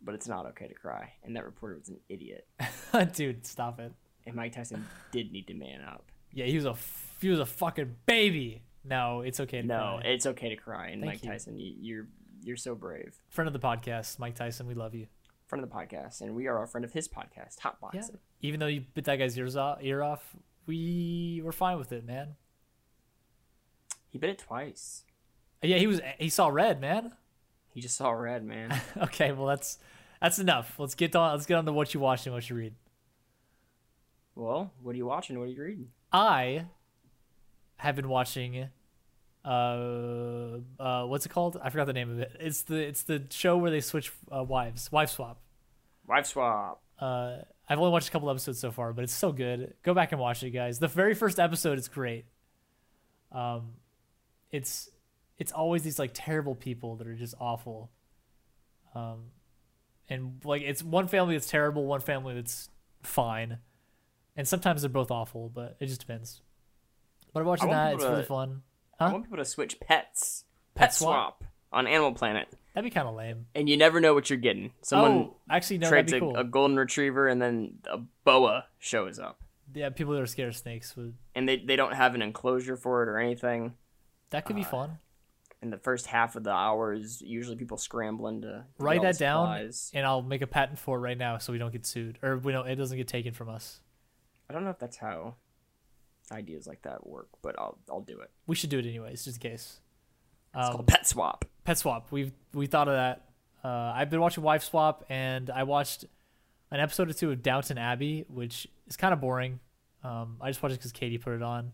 B: but it's not okay to cry. And that reporter was an idiot.
A: Dude, stop it.
B: And Mike Tyson did need to man up.
A: Yeah, he was a f- he was a fucking baby. No, it's okay to
B: No,
A: cry.
B: it's okay to cry. And
A: Thank
B: Mike
A: you.
B: Tyson, you, you're you're so brave.
A: Friend of the podcast, Mike Tyson, we love you.
B: Friend of the podcast, and we are a friend of his podcast, Hot
A: Yeah.
B: Boxing.
A: Even though you bit that guy's ears off, ear off, we were fine with it, man.
B: He bit it twice.
A: Uh, Yeah, he was he saw red, man.
B: He just saw red, man.
A: okay, well that's that's enough. Let's get on let's get on to what you watched and what you read.
B: well, what are you watching? What are you reading?
A: I have been watching uh uh what's it called? I forgot the name of it. It's the it's the show where they switch uh, wives, wife swap.
B: Wife swap.
A: Uh I've only watched a couple episodes so far, but it's so good. Go back and watch it, guys. The very first episode is great. Um it's it's always these like terrible people that are just awful. Um and like it's one family that's terrible, one family that's fine. And sometimes they're both awful, but it just depends. But I'm watching
B: want
A: that,
B: people
A: it's
B: to-
A: really fun.
B: I
A: Huh?
B: want people to switch pets.
A: Pet
B: Pet,
A: swap?
B: swap. on Animal Planet,
A: That'd be kinda lame.
B: and you never know what you're getting. Someone
A: oh, actually no, that'd
B: trades
A: be
B: a,
A: cool.
B: a golden retriever, and then a boa shows up,
A: yeah, people that are scared of snakes would
B: and they they don't have an enclosure for it or anything.
A: that
B: Ah,
A: could be fun.
B: And the first half of the hour is usually people scrambling to get
A: write
B: all the
A: that down
B: supplies.
A: and I'll make a patent for it right now so we don't get sued or we don't it doesn't get taken from us.
B: I don't know if that's how ideas like that work, but I'll I'll do it.
A: We should do it anyways, just in case.
B: It's
A: Um,
B: called Pet Swap.
A: Pet Swap. We've we thought of that. Uh, I've been watching Wife Swap and I watched an episode or two of Downton Abbey, which is kind of boring. Um, I just watched it because Katie put it on.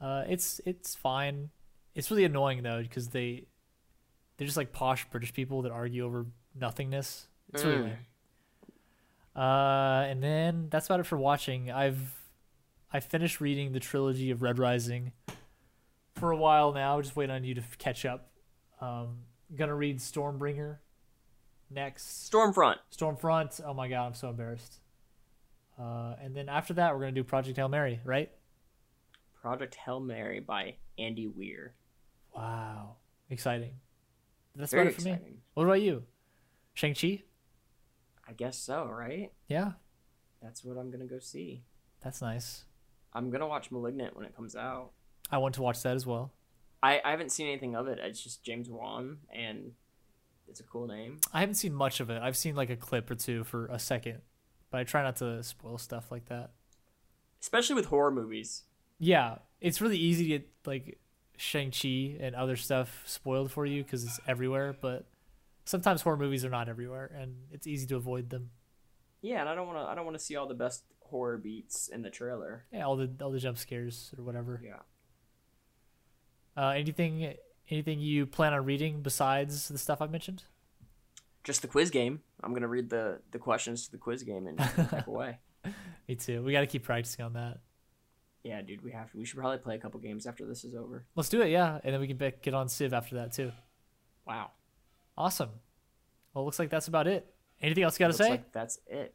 A: Uh, it's it's fine. It's really annoying though because they they're just like posh British people that argue over nothingness. It's really
B: Mm.
A: lame. Uh, and then that's about it for watching. I've I finished reading the trilogy of Red Rising for a while now. Just waiting on you to f- catch up. Um, gonna read Stormbringer next.
B: Stormfront.
A: Stormfront. Oh my god, I'm so embarrassed. Uh, and then after that, we're gonna do Project Hail Mary, right?
B: Project Hail Mary by Andy Weir.
A: Wow, exciting. That's
B: Very
A: about it for me.
B: exciting.
A: What about you? Shang Chi?
B: I guess so, right?
A: Yeah,
B: That's what I'm gonna go see.
A: that's nice.
B: I'm gonna watch Malignant when it comes out.
A: I want to watch that as well.
B: I, I haven't seen anything of it. It's just James Wan, and it's a cool name.
A: I haven't seen much of it. I've seen like a clip or two for a second, but I try not to spoil stuff like that.
B: Especially with horror movies.
A: Yeah, it's really easy to get like Shang Chi and other stuff spoiled for you because it's everywhere. But sometimes horror movies are not everywhere, and it's easy to avoid them.
B: Yeah, and I don't wanna I don't wanna see all the best horror beats in the trailer.
A: Yeah, all the all the jump scares or whatever.
B: Yeah.
A: Uh, anything anything you plan on reading besides the stuff I mentioned?
B: Just the quiz game. I'm gonna read the the questions to the quiz game and type away.
A: Me too. We got to keep practicing on that.
B: Yeah, dude, we have to. We should probably play a couple games after this is over.
A: Let's do it. Yeah, and then we can be- get on Civ after that too.
B: Wow.
A: Awesome. Well, looks like that's about it. Anything else you got to
B: Looks
A: say?
B: like that's it.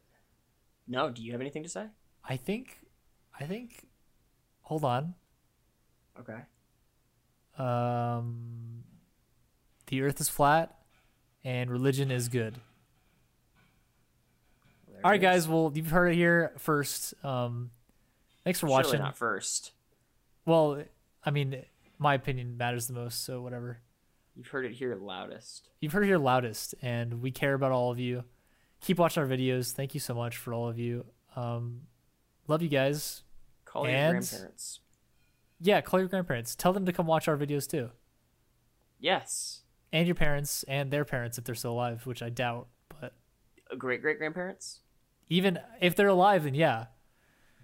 B: No, do you have anything to say?
A: I think, I think, hold on.
B: Okay.
A: Um, the earth is flat and religion is good.
B: There
A: All right,
B: it is.
A: guys. Well, you've heard it here first. Um, thanks for
B: Surely
A: watching.
B: not first.
A: Well, I mean, my opinion matters the most, so whatever.
B: You've heard it here loudest.
A: You've heard it here loudest, and we care about all of you. Keep watching our videos. Thank you so much for all of you. Um, Love you guys.
B: Call your
A: And-
B: grandparents.
A: Yeah, call your grandparents. Tell them to come watch our videos too.
B: Yes.
A: And your parents and their parents if they're still alive, which I doubt. But
B: Great great grandparents.
A: even if they're alive, then yeah.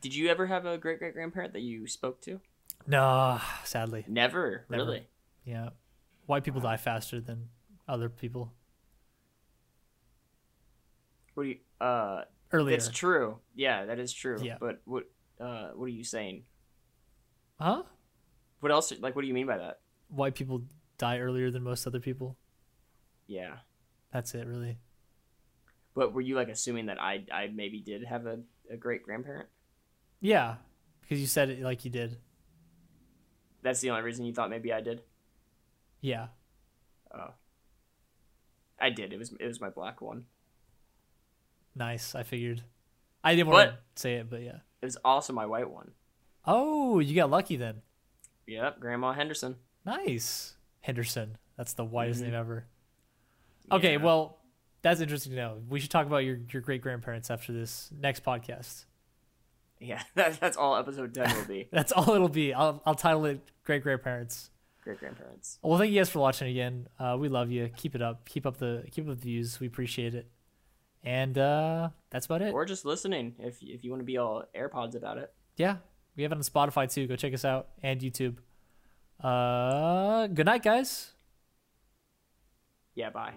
B: Did you ever have a great great grandparent that you spoke to?
A: Nah, sadly.
B: Never,
A: Never.
B: really.
A: Yeah. White people die faster than other people.
B: What do you? Uh,
A: Earlier.
B: that's true. Yeah, that is true.
A: Yeah.
B: But what? Uh, what are you saying?
A: huh?
B: What else? Like, what do you mean by that?
A: White people die earlier than most other people.
B: Yeah.
A: That's it, really.
B: But were you like assuming that I I maybe did have a, a great grandparent?
A: Yeah, because you said it like you did.
B: That's the only reason you thought maybe I did.
A: Yeah.
B: I did. It was it was my black one.
A: Nice. I figured. I didn't want
B: But-
A: to say it, but yeah.
B: It was also my white one.
A: Oh, you got lucky then.
B: Yep, Grandma Henderson.
A: Nice. Henderson. That's the whitest
B: Mhm.
A: name ever. Okay,
B: Yeah.
A: well, that's interesting to know. We should talk about your, your great grandparents after this next podcast.
B: Yeah, that, that's all episode ten will be.
A: That's all it'll be. I'll, I'll title it Great Grandparents.
B: great grandparents.
A: Well, thank you guys for watching again. Uh, we love you. Keep it up. Keep up the keep up the views. We appreciate it. And uh, that's about it.
B: Or just listening if if you want to be all AirPods about it.
A: yeah we have it on spotify too go check us out and youtube uh good night guys
B: Yeah, bye.